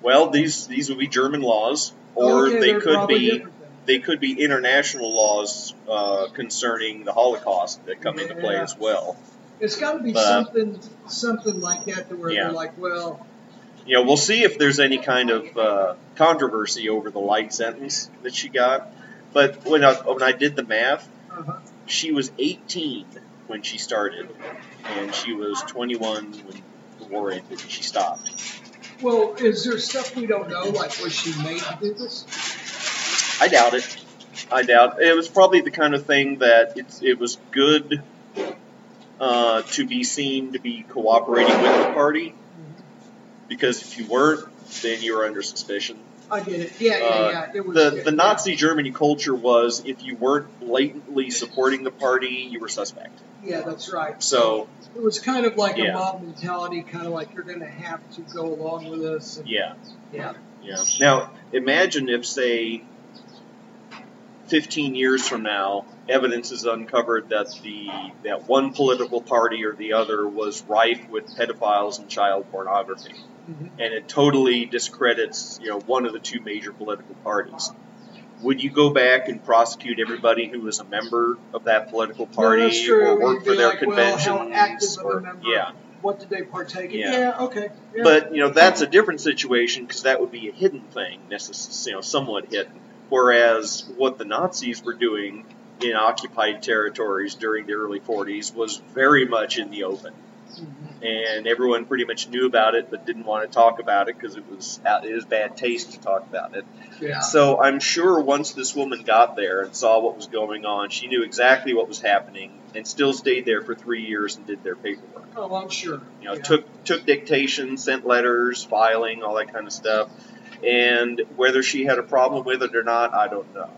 Well, these these would be German laws, or Oh, Okay, they they're could probably be. different then. They could be international laws uh, concerning the Holocaust that come into play Yeah. as well. It's got to be But- something something like that to where Yeah. they're like, well, You know, we'll see if there's any kind of uh, controversy over the light sentence that she got. But when I, when I did the math, uh-huh. she was 18 when she started, and she was 21 when the war ended. She stopped. well, is there stuff we don't know? Like, was she made to do this? I doubt it. I doubt it was probably the kind of thing that it's, it was good uh, to be seen to be cooperating with the party, because if you weren't, then you were under suspicion. I get it. Yeah, yeah, Uh, yeah. It was the the yeah. Nazi Germany culture was if you weren't blatantly supporting the party, you were suspect. Yeah, that's right. So It was kind of like a Yeah. mob mentality, kind of like you're going to have to go along with us. And, yeah, yeah. yeah. Now imagine if say, fifteen years from now, evidence is uncovered that the that one political party or the other was rife with pedophiles and child pornography, Mhm. and it totally discredits you know one of the two major political parties. Would you go back and prosecute everybody who was a member of that political party no, that's true. or worked You'd for be their like, conventions? Well, how active or- of a member? yeah. What did they partake in? Yeah. Yeah, okay. Yeah. But you know that's a different situation because that would be a hidden thing, necess- you know, somewhat hidden. Whereas what the Nazis were doing in occupied territories during the early 40s was very much in the open, Mm-hmm. and everyone pretty much knew about it, but didn't want to talk about it because it was out- it was bad taste to talk about it. yeah. So I'm sure once this woman got there and saw what was going on, she knew exactly what was happening, and still stayed there for three years and did their paperwork Oh, I'm sure. you know, yeah. took took dictation, sent letters, filing, all that kind of stuff. And whether she had a problem with it or not, I don't know.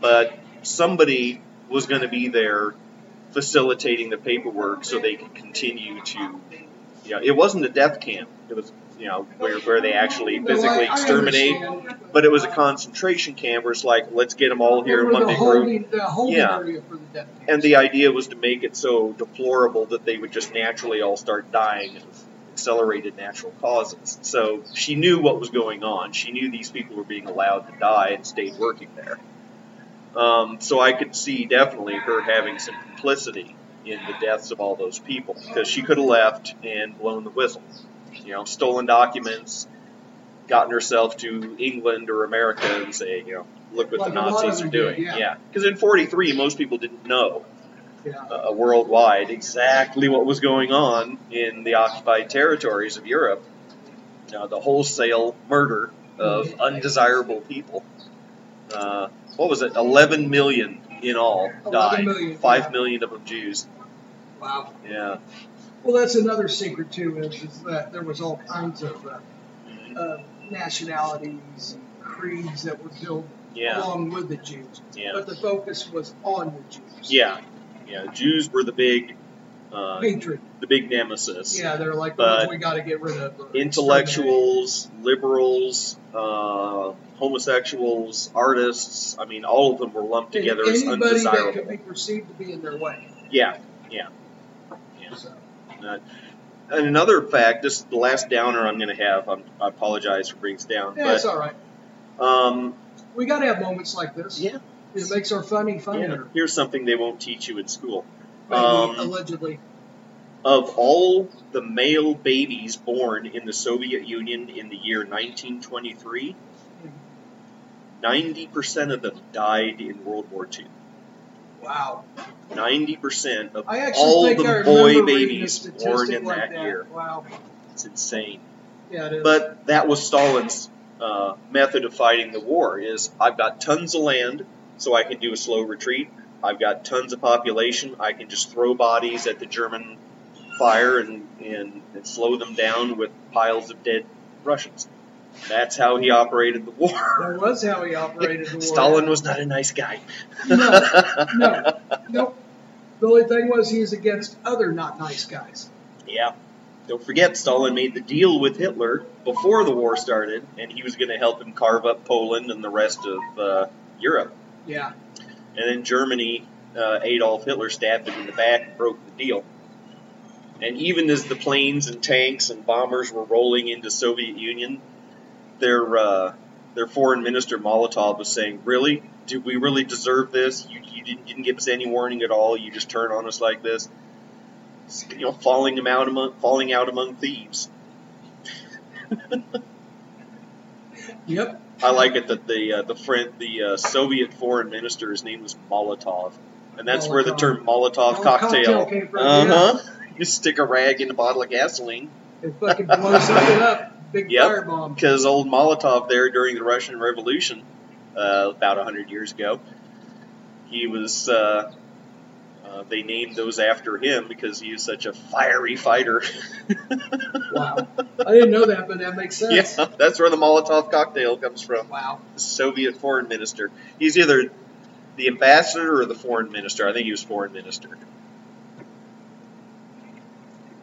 But somebody was going to be there facilitating the paperwork so they could continue to, you know, it wasn't a death camp. It was, you know, where, where they actually No, I- physically I exterminate. understand. But it was a concentration camp where it's like, let's get them all here They in were one the big room holding, the holding Yeah. area for the death camp. and the idea was to make it so deplorable that they would just naturally all start dying of accelerated natural causes. So she knew what was going on. She knew these people were being allowed to die and stayed working there. Um, so I could see definitely her having some complicity in the deaths of all those people because she could have left and blown the whistle, you know, stolen documents, gotten herself to England or America and say, you know, look what Like a the lot of Nazis them are did, doing. yeah. Yeah, because in '43 most people didn't know Yeah. uh, worldwide exactly what was going on in the occupied territories of Europe. Uh, the wholesale murder Mm-hmm. of undesirable people. Uh, what was it? 11 million in all 11 died. million, 5 yeah. million of them Jews. Wow. Yeah. Well, that's another secret too is, is that there was all kinds of uh, Mm-hmm. uh, nationalities and creeds that were built Yeah. along with the Jews, Yeah. but the focus was on the Jews. Yeah. Yeah. Jews were the big, uh, Hatred. the big nemesis. Yeah, they're like the But ones we got to get rid of. or intellectuals, liberals, uh, homosexuals, artists. I mean, all of them were lumped exterminate. together And as anybody that undesirable. could be perceived to be in their way. Yeah, yeah, yeah. So, Uh, and another fact, this is the last downer I'm going to have. I'm, I apologize for brings down, yeah, it's all right. but um, We got to have moments like this. yeah, It makes our funny yeah. funnier. Here's something they won't teach you in school. Maybe, Um, allegedly. Of all the male babies born in the Soviet Union in the year 1923, 90% of them died in World War II. Wow. 90% of I actually all think I the remember boy reading a babies statistic born in like that, year. Wow. It's insane. Yeah, it is. But that was Stalin's uh, method of fighting the war is I've got tons of land, so I can do a slow retreat. I've got tons of population. I can just throw bodies at the German fire and, and, and slow them down with piles of dead Russians. That's how he operated the war. that was how he operated the war. Stalin was not a nice guy. No, no, no. The only thing was he was against other not nice guys. Yeah. Don't forget, Stalin made the deal with Hitler before the war started, and he was going to help him carve up Poland and the rest of uh, Europe. Yeah. And then Germany, uh, Adolf Hitler stabbed him in the back and broke the deal. And even as the planes and tanks and bombers were rolling into Soviet Union, their uh, their foreign minister Molotov was saying, "Really? Did we really deserve this? You, you didn't, didn't give us any warning at all. You just turn on us like this." you know, falling him out among falling out among thieves. Yep. I like it that the uh, the friend, the uh, Soviet foreign minister, his name was Molotov, and that's where the Molotov. term Molotov Molotov cocktail. came from, Uh huh. You stick a rag in a bottle of gasoline It fucking blows something up. Big Yep. firebomb. because old Molotov there during the Russian Revolution, uh, about hundred years ago, he was. Uh, uh, they named those after him because he was such a fiery fighter. Wow. I didn't know that, but that makes yeah, sense. that's where the Molotov cocktail comes from. Wow. Soviet foreign minister. He's either the ambassador or the foreign minister. I think he was foreign minister.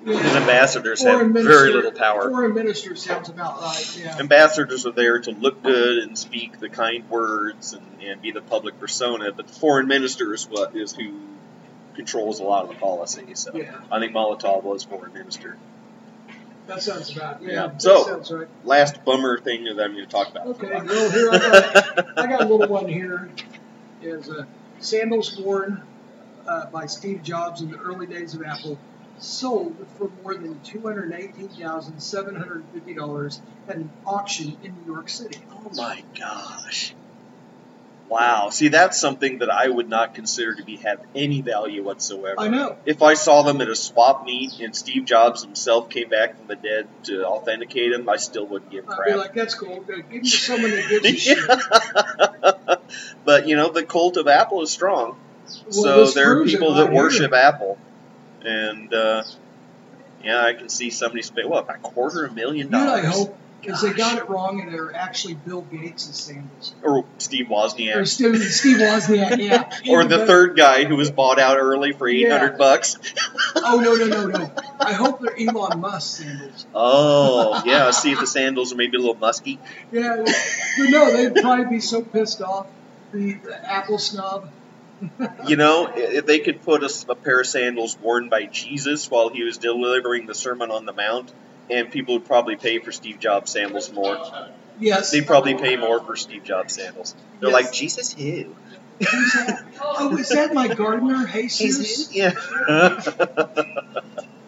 And ambassadors have Foreign very minister- little power. Foreign minister sounds about right. Yeah. Ambassadors are there to look good and speak the kind words and, and be the public persona, but the foreign minister is what is who controls a lot of the policy. So Yeah. I think Molotov was foreign minister. That sounds about. Yeah. Yeah. That So- sounds right. Last bummer thing that I'm going to talk about. Okay. Well, here I got, I got a little one here. Is uh, sandals worn uh, by Steve Jobs in the early days of Apple sold for more than two hundred eighteen thousand seven hundred fifty dollars at an auction in New York City. Oh my gosh. Wow. See, that's something that I would not consider to be have any value whatsoever. I know. If I saw them at a swap meet and Steve Jobs himself came back from the dead to authenticate him, I still wouldn't give a I'd be crap. like, that's cool. Good. Give me someone that gives a shit. but you know, the cult of Apple is strong. Well, so this there are proves it people right that here. worship Apple, and uh, yeah, I can see somebody spend what a quarter of a million You know, I dollars, hope because "Oh, they got Gosh. it wrong and they're actually Bill Gates' sandals. or Steve Wozniak, Or Steve, Steve Wozniak, yeah. or Even the better. third guy who was bought out early for Yeah. eight hundred bucks. Oh, no, no, no, no. I hope they're Elon Musk sandals. Oh yeah, see if the sandals are maybe a little musky. Yeah, well, but no, they'd probably be so pissed off. The, the Apple snob. You know, i- if they could put a, s- a pair of sandals worn by Jesus while he was delivering the Sermon on the Mount, and people would probably pay for Steve Jobs sandals more. Yes. They probably pay more for Steve Jobs sandals. They're Yes. like Jesus who? Who's that? Oh, is that my gardener, Jesus? Jesus? Yeah.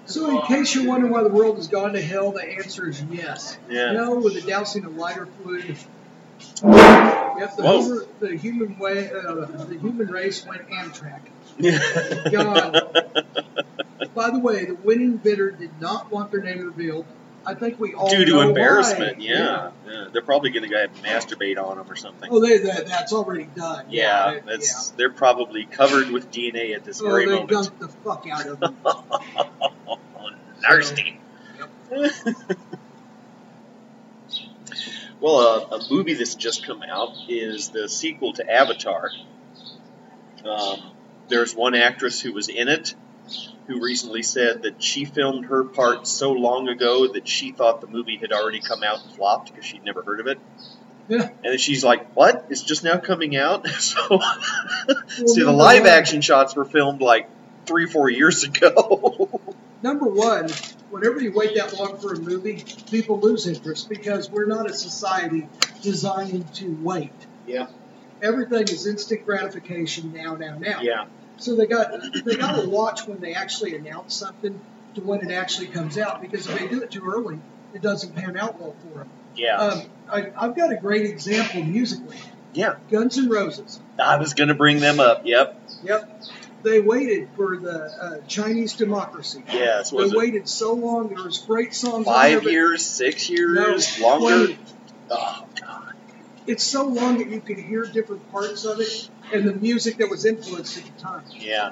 So, in case you're wondering why the world has gone to hell, the answer is yes. Yeah. No, with a dousing of lighter fluid. Yep, the, Whoa. human, the human way, uh, the human race went Amtrak. God. By the way, the winning bidder did not want their name revealed. I think we all Due to know embarrassment, why. yeah. yeah. They're probably going to go ahead and masturbate on him or something. Oh, they, that, that's already done. yeah, it- that's they're probably covered with DNA at this yeah. Oh, very they moment. dumped the fuck out of them. Nasty. well, uh, a movie that's just come out is the sequel to Avatar. Um, there's one actress who was in it who recently said that she filmed her part so long ago that she thought the movie had already come out and flopped because she'd never heard of it. Yeah. And then she's like, "What? It's just now coming out." so, see, the number live one- action shots were filmed like three, four years ago. Number one, whenever you wait that long for a movie, people lose interest because we're not a society designed to wait. Yeah. Everything is instant gratification now, now, now. yeah. So they got they got to watch when they actually announce something to when it actually comes out because if they do it too early, it doesn't pan out well for them. Yeah. Um, I, I've got a great example musically. Yeah. Guns N' Roses. I was going to bring them up. Yep. Yep. They waited for the uh, Chinese democracy. Yes. They Was it waited so long. There was great songs. on there, five but years, six No, years, longer? twenty. Oh, God. It's so long that you could hear different parts of it and the music that was influenced at the time. Yeah.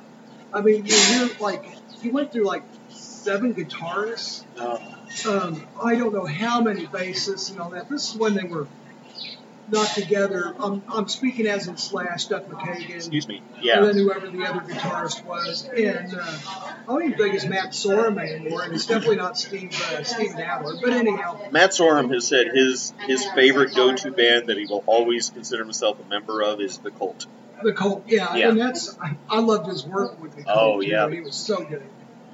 I mean, you hear like he went through like seven guitarists. Oh, Um, I don't know how many bassists and all that. This is when they were not together. I'm, I'm speaking as in Slash, Duff McKagan, excuse me. and Yeah. then whoever the other guitarist was. And uh, I don't even think it's Matt Sorum anymore, and it's definitely not Steve uh, Steve Adler. But anyhow, Matt Sorum has said his his favorite go to band that he will always consider himself a member of is the Cult. the Colt, yeah, Yeah. and that's I, I loved his work with the Colt. Oh, you yeah. know, he was so good.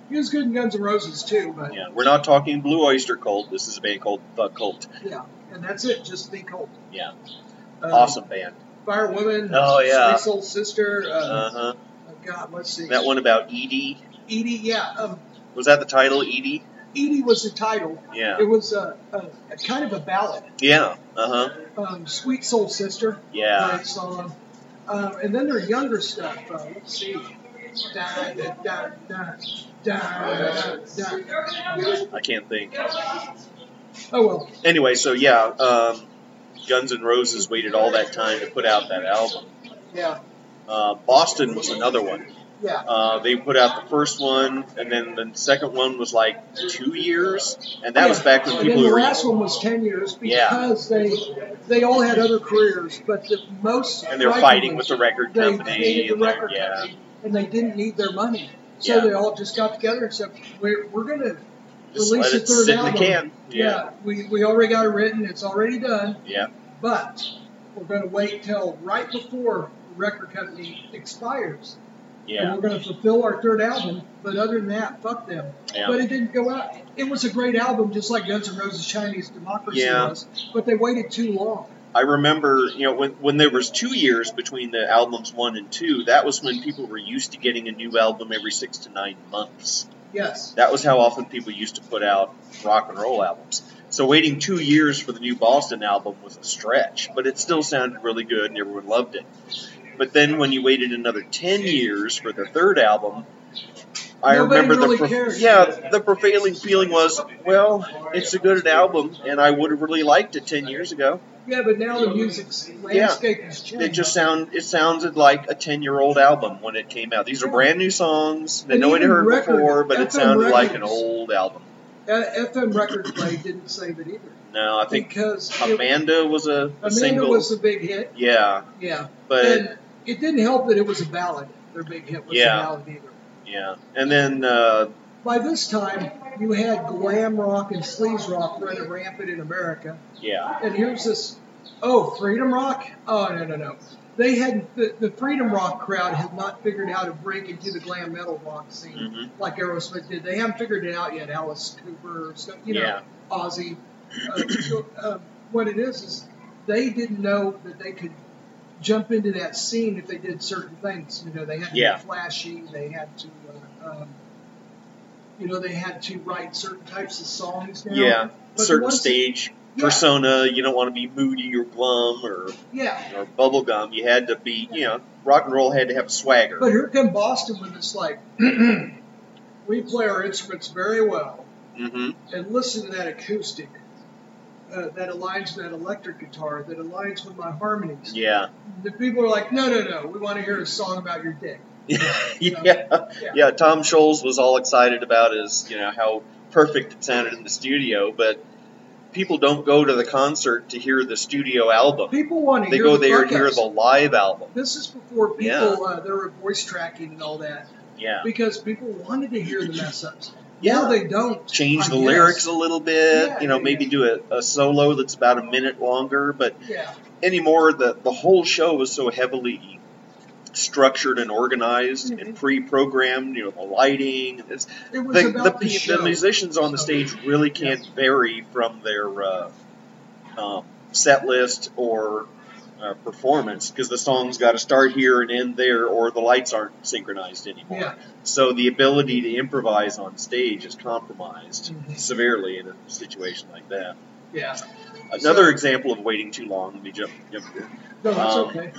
He was good in Guns N' Roses too, but yeah, Yeah. We're not talking Blue Oyster Cult. This is a band called the Cult. and that's it, just the Colt. Yeah. Uh, Awesome band. Fire Women. Oh, yeah. Sweet Soul Sister. Uh, Uh huh. oh, God, let's see. That one about Edie. Edie, yeah. Um, Was that the title, E Edie? Edie was the title. Yeah. It was a, a, a kind of a ballad. Yeah. Uh huh. Um, Sweet Soul Sister. Yeah. Great song. Um, and then their younger stuff. Uh, let's see. Da, da, da, da, da, da. I can't think. Oh well. Anyway, so yeah, um, Guns N' Roses waited all that time to put out that album. Yeah. Uh, Boston was another one. Yeah. Uh, they put out the first one, and then the second one was like two years, and that was back when And then people the were. last one was ten years Yeah. because they they all had other careers, but the most And they're fighting with the record they company hated the and they're- record yeah. company, and they didn't need their money, so Yeah. they all just got together and said, "We're we're gonna Just let release a it third sit in the album." can. Yeah. we we already got it written. It's already done, Yeah. but we're gonna wait till right before the record company expires, and Yeah. we're gonna fulfill our third album. But other than that, fuck them. Yeah. But it didn't go out. It was a great album, just like Guns N' Roses' Chinese Democracy Yeah. was. But they waited too long. I remember, you know, when, when there was two years between the albums one and two, that was when people were used to getting a new album every six to nine months. Yes. That was how often people used to put out rock and roll albums. So waiting two years for the new Boston album was a stretch, but it still sounded really good and everyone loved it. But then when you waited another ten years for the third album, I Nobody remember really the cared. yeah the prevailing feeling was well it's a good album and I would have really liked it ten years ago. Yeah, but now the music's landscape has changed. It just sound it sounded like a ten year old album when it came out. These are brand new songs that And no one had even heard record- before, but it FM sounded like an records. old album. Uh, FM record play didn't save it either. No, I think because it- Amanda was a, a Amanda single. was a big hit. yeah, Yeah. But- and it didn't help that it was a ballad. Their big hit was Yeah. a ballad either. yeah, and then uh, By this time, you had glam rock and sleaze rock running rampant in America. yeah, and here's this oh freedom rock oh no no no they had the, the freedom rock crowd had not figured out how to break into the glam metal rock scene Mhm. like aerosmith did they haven't figured it out yet alice cooper or stuff you know Yeah. ozzy uh, so, uh, what it is is they didn't know that they could jump into that scene if they did certain things you know they had to Yeah. be flashy they had to uh, um, you know they had to write certain types of songs now. yeah. But Certain once- stage Yeah. persona. You don't want to be moody or glum or yeah or bubblegum. You had to be, you know, rock and roll had to have a swagger. But here come Boston when it's like, we play our instruments very well, hmm and listen to that acoustic uh, that aligns with that electric guitar, that aligns with my harmonies. Yeah. The people are like, no, no, no, we want to hear a song about your dick. yeah, yeah. Tom Scholes was all excited about his, you know, how perfect it sounded in the studio, but people don't go to the concert to hear the studio album. People want to They hear go the there to hear the podcast. live album. This is before people, Yeah. uh, there were voice tracking and all that, Yeah, because people wanted to hear the mess ups. Yeah. Now they don't. change I the guess. lyrics a little bit. Yeah, you know, yeah, maybe yeah. do a, a solo that's about a minute longer. But Yeah. anymore, the the whole show was so heavily structured and organized Mm-hmm. and pre-programmed. You know, the lighting. It's, It was the, about the, the pe- show. the musicians on the stage really can't vary from their uh, um, set list or uh, performance because the song's got to start here and end there, or the lights aren't synchronized anymore. Yeah. So the ability to improvise on stage is compromised Mm-hmm. severely in a situation like that. Yeah. Another example of waiting too long. Let me jump. jump here. No, that's Um, okay.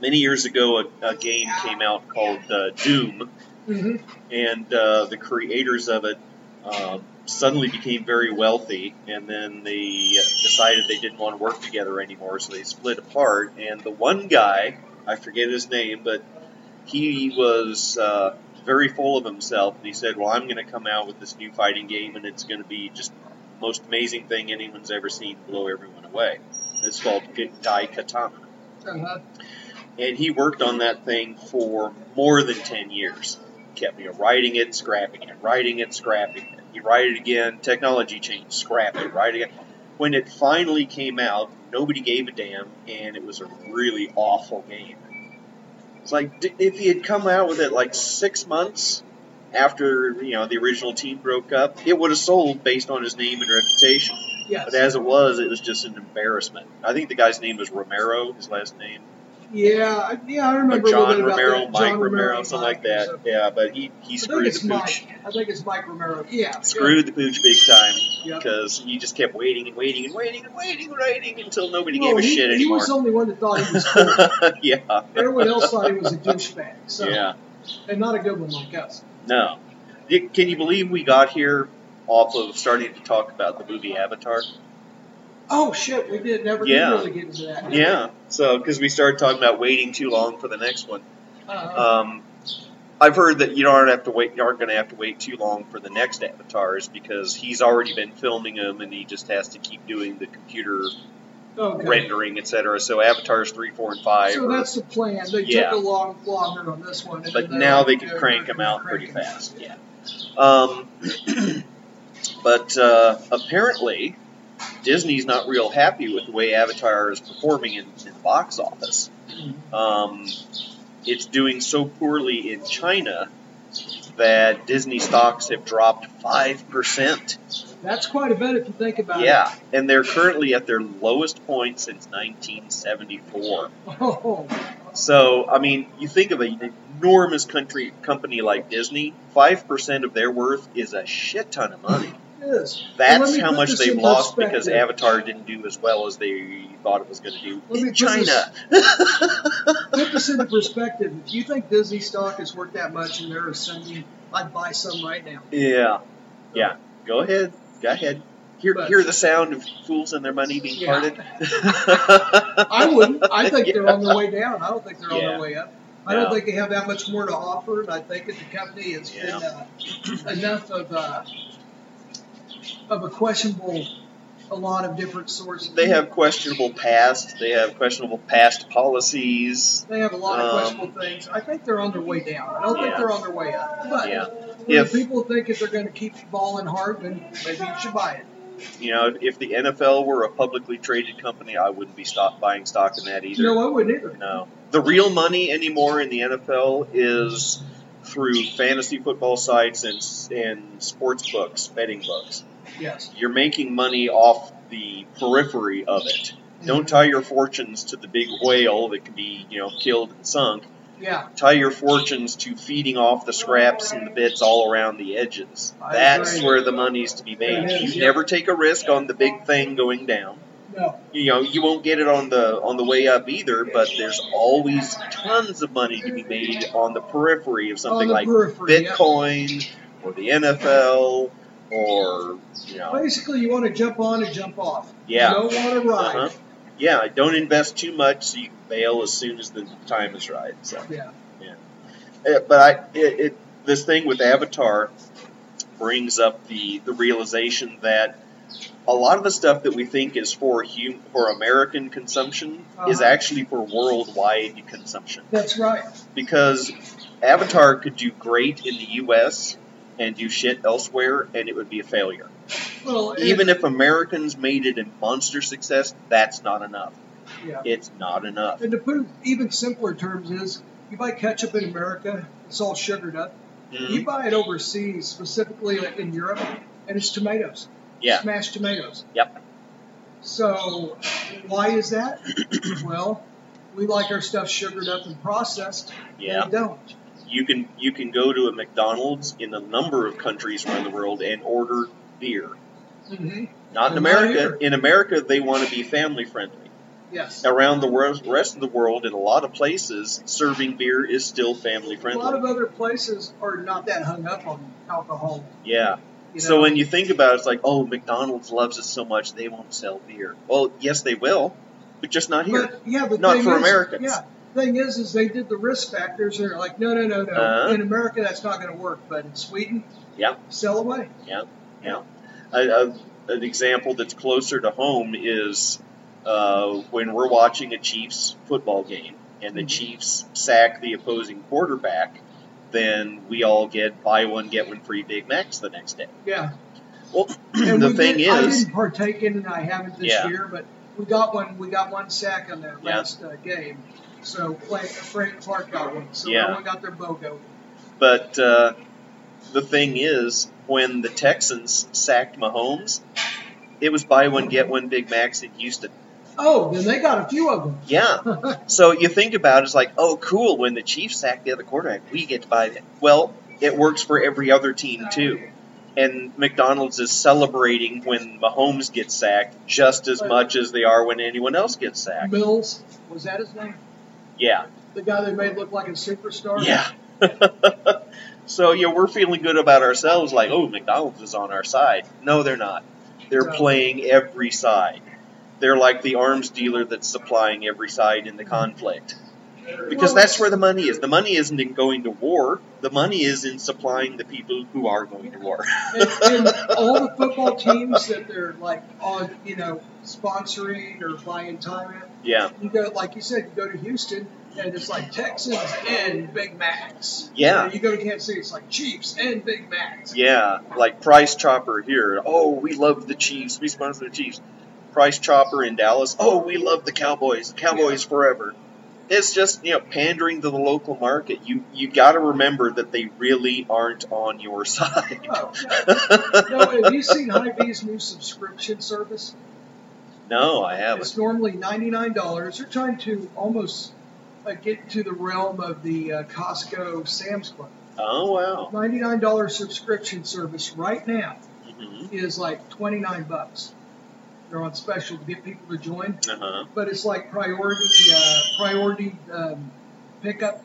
Many years ago, a, a game came out called uh, Doom hmm and uh, the creators of it um suddenly became very wealthy, and then they decided they didn't want to work together anymore, so they split apart. And the one guy, I forget his name, but he was uh, very full of himself, and he said, "Well, I'm going to come out with this new fighting game, and it's going to be just the most amazing thing anyone's ever seen, blow everyone away." It's called Dai Katana Uh-huh. and he worked on that thing for more than 10 years. Kept you know, writing it, scrapping it, writing it, scrapping it. You write it again, technology changed, scrap it, write it again. When it finally came out, nobody gave a damn, and it was a really awful game. It's like d- if he had come out with it like six months after you know the original team broke up, it would have sold based on his name and reputation. Yes. But as it was, it was just an embarrassment. I think the guy's name was Romero, his last name. Yeah, I- yeah, I Like remember a John little bit about Romero, that. Mike John Romero, something like that. so- Yeah, but he, he I think screwed it's the pooch. Mike. I think it's Mike Romero. Yeah. Screwed the pooch big time Yeah. because he just kept waiting and waiting and waiting and waiting and waiting until nobody Well, gave a he, shit he anymore. was the only one that thought he was cool. yeah, Everyone else thought he was a douchebag. So, yeah. and not a good one like us. No. Y- Can you believe we got here off of starting to talk about the movie Avatar? Oh shit, we did never did Yeah. really get into that. Yeah. So, because we started talking about waiting too long for the next one. Uh, Um, I've heard that you aren't have to wait. You aren't going to have to wait too long for the next avatars because he's already been filming them, and he just has to keep doing the computer oh, good. rendering, etc. So avatars three, four, and five. So are- that's the plan. They Yeah. took a long longer on this one, and but then now they were can good. crank They them were out pretty cranking. fast. Yeah. Um, but uh, apparently, Disney's not real happy with the way Avatar is performing in, in the box office. Um, it's doing so poorly in China that Disney stocks have dropped five percent. That's quite a bit if you think about it. Yeah, and they're currently at their lowest point since 1974. Oh, So, I mean, you think of an enormous country company like Disney, 5% of their worth is a shit ton of money. yes. Well, let That's me how put much this they've in lost because perspective. Avatar didn't do as well as they thought it was going to do Let me in put this- China. Put this into perspective. If you think Disney stock is worth that much and they're ascending, I'd buy some right now. Yeah. Yeah. Go ahead. Go ahead. Hear, But- hear the sound of fools and their money being Yeah. parted. I wouldn't. I think they're Yeah. on their way down. I don't think they're on Yeah. their way up. I No. don't think they have that much more to offer, and I think that the company has been uh, enough of uh, of a questionable, a lot of different sources. They have questionable past. They have questionable past policies. They have a lot of Um, questionable things. I think they're on their way down. I don't Yeah. think they're on their way up. But Yeah. when If- people think if they're going to keep balling hard, then maybe you should buy it. You know, if the NFL were a publicly traded company, I wouldn't be stop buying stock in that either. No, I wouldn't either. No. The real money anymore in the NFL is through fantasy football sites and and sports books, betting books. Yes. You're making money off the periphery of it. Don't tie your fortunes to the big whale that can be, you know, killed and sunk. Yeah. Tie your fortunes to feeding off the scraps and the bits all around the edges. I That's agree. where the money's to be made. It is, You yeah. never take a risk on the big thing going down No. you know you won't get it on the on the way up either but there's always tons of money to be made on the periphery of something the like periphery, yeah. bitcoin or the nfl or you know Basically, you want to jump on and jump off. Yeah. You don't want to ride. uh-huh. yeah don't invest too much so you can bail as soon as the time is right so Yeah. Uh, but I, it, it, this thing with Avatar brings up the, the realization that a lot of the stuff that we think is for hum, for American consumption is Uh-huh. actually for worldwide consumption That's right. because Avatar could do great in the U.S. and do shit elsewhere, and it would be a failure. Well, and- Even if Americans made it a monster success, that's not enough. yeah. It's not enough. And to put it in even simpler terms is, you buy ketchup in America, it's all sugared up. Mm-hmm. You buy it overseas, specifically in Europe, and it's tomatoes. Yeah. Smashed tomatoes. Yep. So, why is that? well, we like our stuff sugared up and processed. Yeah. They don't. you can you can go to a McDonald's in a number of countries around the world and order beer. hmm Not in And not America. here. In America, they want to be family friendly. Yes. Around the wor- rest of the world, in a lot of places, serving beer is still family A lot friendly. of other places are not that hung up on alcohol. Yeah. You So know? when you think about it, it's like, oh, McDonald's loves us so much they won't sell beer. Well, yes, they will, but just not here. But, yeah, the Not thing for is- Americans. Yeah, thing is, is they did the risk factors, and they're like, no, no, no, no. Uh-huh. In America, that's not going to work, but in Sweden, Yeah. sell away. Yeah, yeah. I, I, an example that's closer to home is uh, when we're watching a Chiefs football game and the Mm-hmm. Chiefs sack the opposing quarterback, then we all get buy one get one free Big Macs the next day. Yeah. Well, And the we thing did- I is, didn't partake in, and I haven't this Yeah. year, but we got one. We got one sack on that Yeah. last uh, game. So Clay, Frank Clark got one. So Yeah. everyone got their bogo. but uh, the thing is, when the Texans sacked Mahomes, it was buy one get one Big Macs in Houston. Oh, then they got a few of them. Yeah. so you think about it, it's like, oh, cool. When the Chiefs sack the other quarterback, we get to buy that. Well, it works for every other team too. And McDonald's is celebrating when Mahomes gets sacked just as much as they are when anyone else gets sacked. Mills, was that his name? Yeah. The guy they made look like a superstar? Yeah. so yeah, we're feeling good about ourselves. Like, oh, McDonald's is on our side. No, they're not. They're playing every side. They're like the arms dealer that's supplying every side in the conflict. Because that's where the money is. The money isn't in going to war. The money is in supplying the people who are going to war. and, and all the football teams that they're like on, you know, sponsoring or buying time at. yeah. You go, like you said, you go to Houston and it's like Texans and Big Macs. Yeah. And you go to Kansas City, it's like Chiefs and Big Macs. Yeah, like Price Chopper here. Oh, we love the Chiefs. We sponsor the Chiefs. Price Chopper in Dallas. Oh, we love the Cowboys. The Cowboys forever. It's just you know pandering to the local market. You you got to remember that they really aren't on your side. Oh, no, No, have you seen Hy-Vee's new subscription service? no, I haven't. It's normally ninety-nine dollars. They're trying to almost uh, get to the realm of the uh, Costco, Sam's Club. Oh wow. Ninety-nine dollar subscription service right now hmm is like twenty-nine bucks. They're on special to get people to join, Uh huh. but it's like priority uh, priority um, pickup.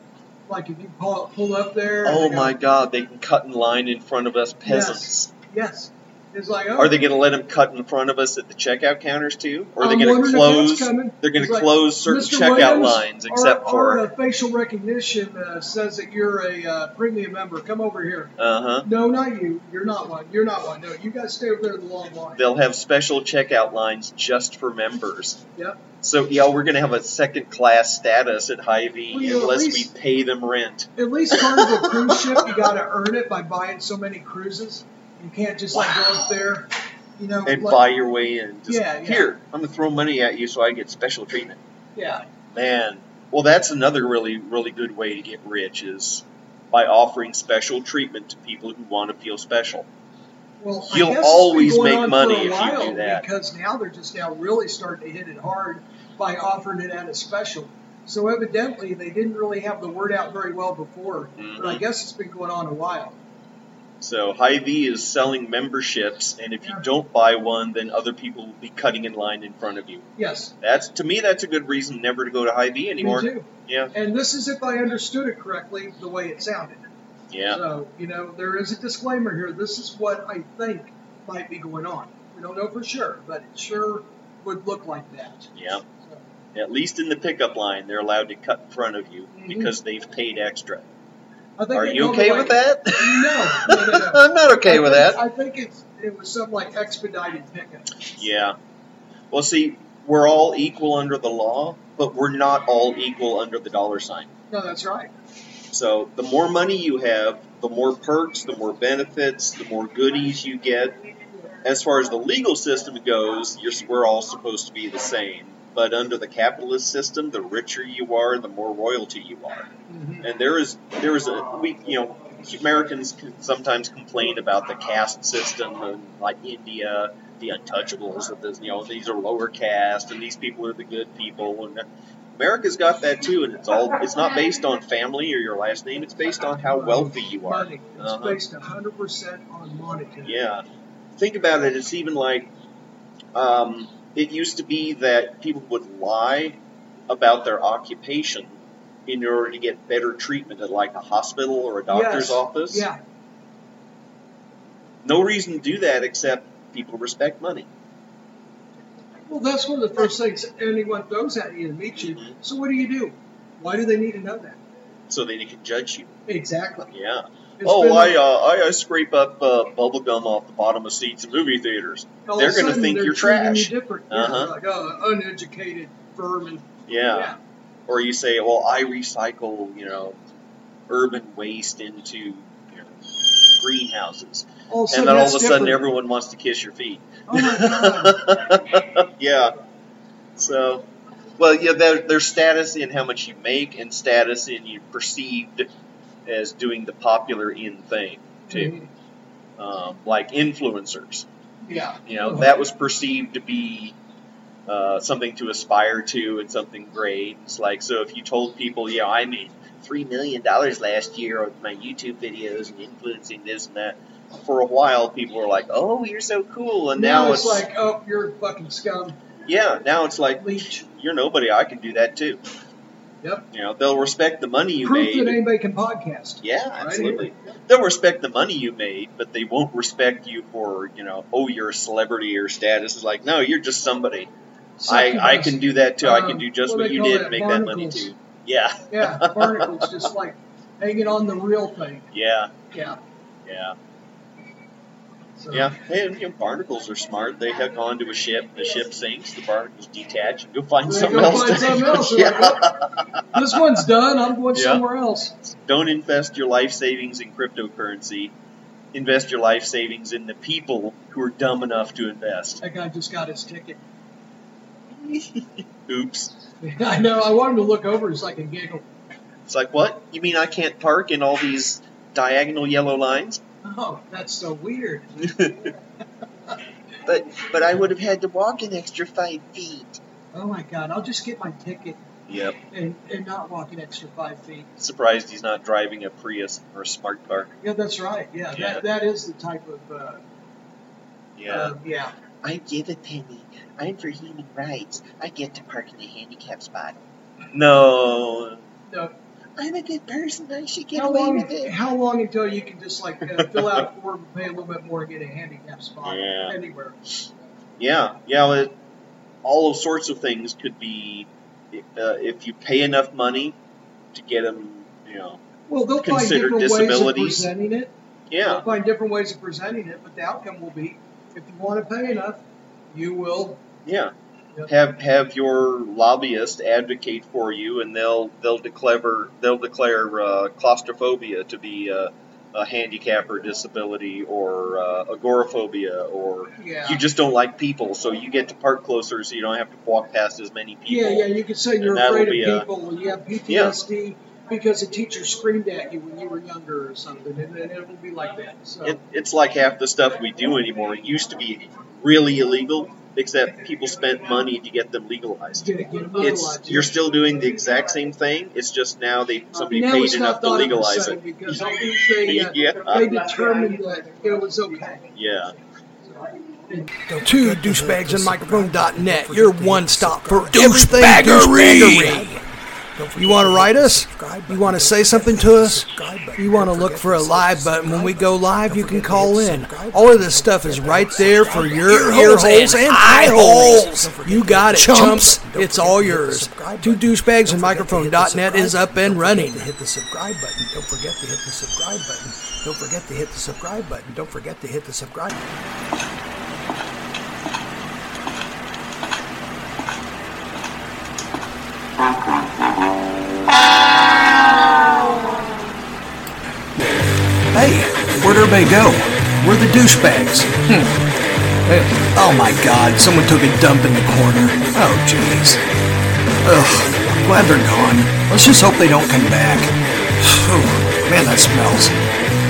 Like if you pull, pull up there, Oh they go, my God! They can cut in line in front of us peasants. yes, it's like oh, Are they going to let them cut in front of us at the checkout counters too? Or are they I'm going to wondering if that's close? coming. They're going It's to like, close certain Mr. checkout Williams, lines, our- except our, for uh, facial recognition uh, says that you're a uh, premium member. Come over here. uh huh. No, not you. You're not one. You're not one. No, you guys stay over there in the long line. They'll have special checkout lines just for members. Yep. So yeah, we're gonna have a second class status at Hy-Vee Well, you know, at unless least- we pay them rent. At least Carnival cruise ship, you got to earn it by buying so many cruises. You can't just like go up there, you know. And like- buy your way in. Just, Yeah, yeah. Here, I'm gonna throw money at you so I get special treatment. Yeah. Man, well that's another really really good way to get rich is by offering special treatment to people who want to feel special. Well, You'll I guess it's been always going make on money for a if you do while that. because now they're just now really starting to hit it hard by offering it at a special. So evidently they didn't really have the word out very well before, but I Mhm. guess it's been going on a while. So Hy-Vee is selling memberships, and if you Yeah. don't buy one, then other people will be cutting in line in front of you. Yes, That's to me, that's a good reason never to go to Hy-Vee anymore. me too. Yeah, And this is if I understood it correctly, the way it sounded. yeah. So you know there is a disclaimer here. This is what I think might be going on. We don't know for sure, but it sure would look like that. Yeah. At least in the pickup line, they're allowed to cut in front of you Mhm. because they've paid extra. I think Are they you go the okay way- with that? No, no, no, no. I'm not okay I with think- that. I think it's it was something like expedited pickup. Yeah. Well, see, we're all equal under the law, but we're not all equal under the dollar sign. No, that's right. So the more money you have, the more perks, the more benefits, the more goodies you get. As far as the legal system goes, you're, we're all supposed to be the same. But under the capitalist system, the richer you are, the more royalty you are. Mm-hmm. And there is there is a we you know Americans can sometimes complain about the caste system and like India, the untouchables that this you know these are lower caste and these people are the good people and America's got that too and it's all it's not based on family or your last name it's based on how wealthy you are. Money. It's Uh-huh. based 100 percent on monetary. Yeah. Think about it. It's even like um, it used to be that people would lie about their occupation in order to get better treatment at like a hospital or a doctor's Yes. office. Yeah. No reason to do that except people respect money. Well, that's one of the first things anyone throws at you to meet you. Mhm. So what do you do? Why do they need to know that? So then they can judge you. Exactly. Yeah. It's oh, been I, like- uh, I I scrape up uh, bubble gum off the bottom of seats in movie theaters. all of they're a gonna sudden think they're you're treating you trash. different. Yeah, Uh-huh. Like oh, uneducated vermin. yeah. Or you say, well, I recycle, you know, urban waste into you know, greenhouses. All and of a sudden then all of that's a sudden different. everyone wants to kiss your feet. Oh my yeah. So, well, yeah, there, there's status in how much you make and status in you perceived as doing the popular in thing too. god. Um, like influencers, yeah. you know, that was perceived to be uh, something to aspire to and something great. It's like, so if you told people, you know, I made $3 million last year with my YouTube videos and influencing this and that, for a while people were like, oh, you're so cool. And now, it's, like, oh, you're a fucking scum. yeah, now it's like, Leech. you're nobody. I can do that too. Yep. You know, they'll respect the money you Proof made. that anybody can podcast. Yeah, Right absolutely. They'll respect the money you made, but they won't respect you for, you know, oh, you're a celebrity or status. It's like, no, you're just somebody. I, I can do that too. I can Um, do just what what they you call did that, and make that money barnacles. too. Yeah, Yeah, barnacles just like hanging on the real thing. yeah, Yeah. yeah, So, yeah. And you know, barnacles are smart. They hook onto a ship, the ship sinks, the barnacles detach, and go find They something go else. find to- something else. They're like, yeah. This one's done. I'm going Yeah. somewhere else. Don't invest your life savings in cryptocurrency. Invest your life savings in the people who are dumb enough to invest. That guy just got his ticket. Oops. I know. I wanted to look over so I could giggle. It's like, what? You mean I can't park in all these diagonal yellow lines? Oh, that's so weird. But but I would have had to walk an extra five feet. Oh my god, I'll just get my ticket Yep. and, and not walk an extra five feet. Surprised he's not driving a Prius or a smart car. Yeah, that's right. Yeah, Yeah. That, that is the type of uh, Yeah. Uh, yeah. I give a penny. I'm for human rights. I get to park in a handicap spot. No. No. I'm a good person. I should How long? How long until you can just like uh, fill out a form, pay a little bit more, and get a handicap spot Yeah. anywhere? Yeah, yeah. well, It, all sorts of things could be uh, if you pay enough money to get them. You know. Well, they'll find Considered different disabilities. ways of presenting it. Yeah. They'll find different ways of presenting it, but the outcome will be if you want to pay enough, you will. Yeah. Yep. Have have your lobbyist advocate for you, and they'll they'll declare they'll declare uh, claustrophobia to be uh, a handicap or disability or uh, agoraphobia, or Yeah. you just don't like people, so you get to park closer, so you don't have to walk past as many people. Yeah, yeah. You could say you're And that'll afraid be uh, of a- people. and you have PTSD because a teacher screamed at you when you were younger or something, and, and it will be like that. So It, it's like half the stuff we do anymore. It used to be really illegal, except people spent money to get them legalized. to get another It's license. you're still doing the exact same thing. It's just now they somebody Uh, now paid it's enough not to thought of the legalize same it. because I think they, uh, Yeah. they determined that it was okay. Yeah. to douchebagsandmicrophone.net, your one stop for everything douchebaggery. You want to write us? You want to say something to us? You want to look for a live button when we go live? You can call in. All of this stuff is right there for your ear holes and eye holes. You got it, chumps. It's all yours. To douchebagsandmicrophone.net is up and running. Hit the subscribe button. Don't forget to hit the subscribe button. Don't forget to hit the subscribe button. Don't forget to hit the subscribe. Hey, where'd everybody go? We're the douchebags. Hmm. Hey, Oh my god, someone took a dump in the corner. Oh jeez. Ugh, I'm glad they're gone. Let's just hope they don't come back. Whew, man, that smells.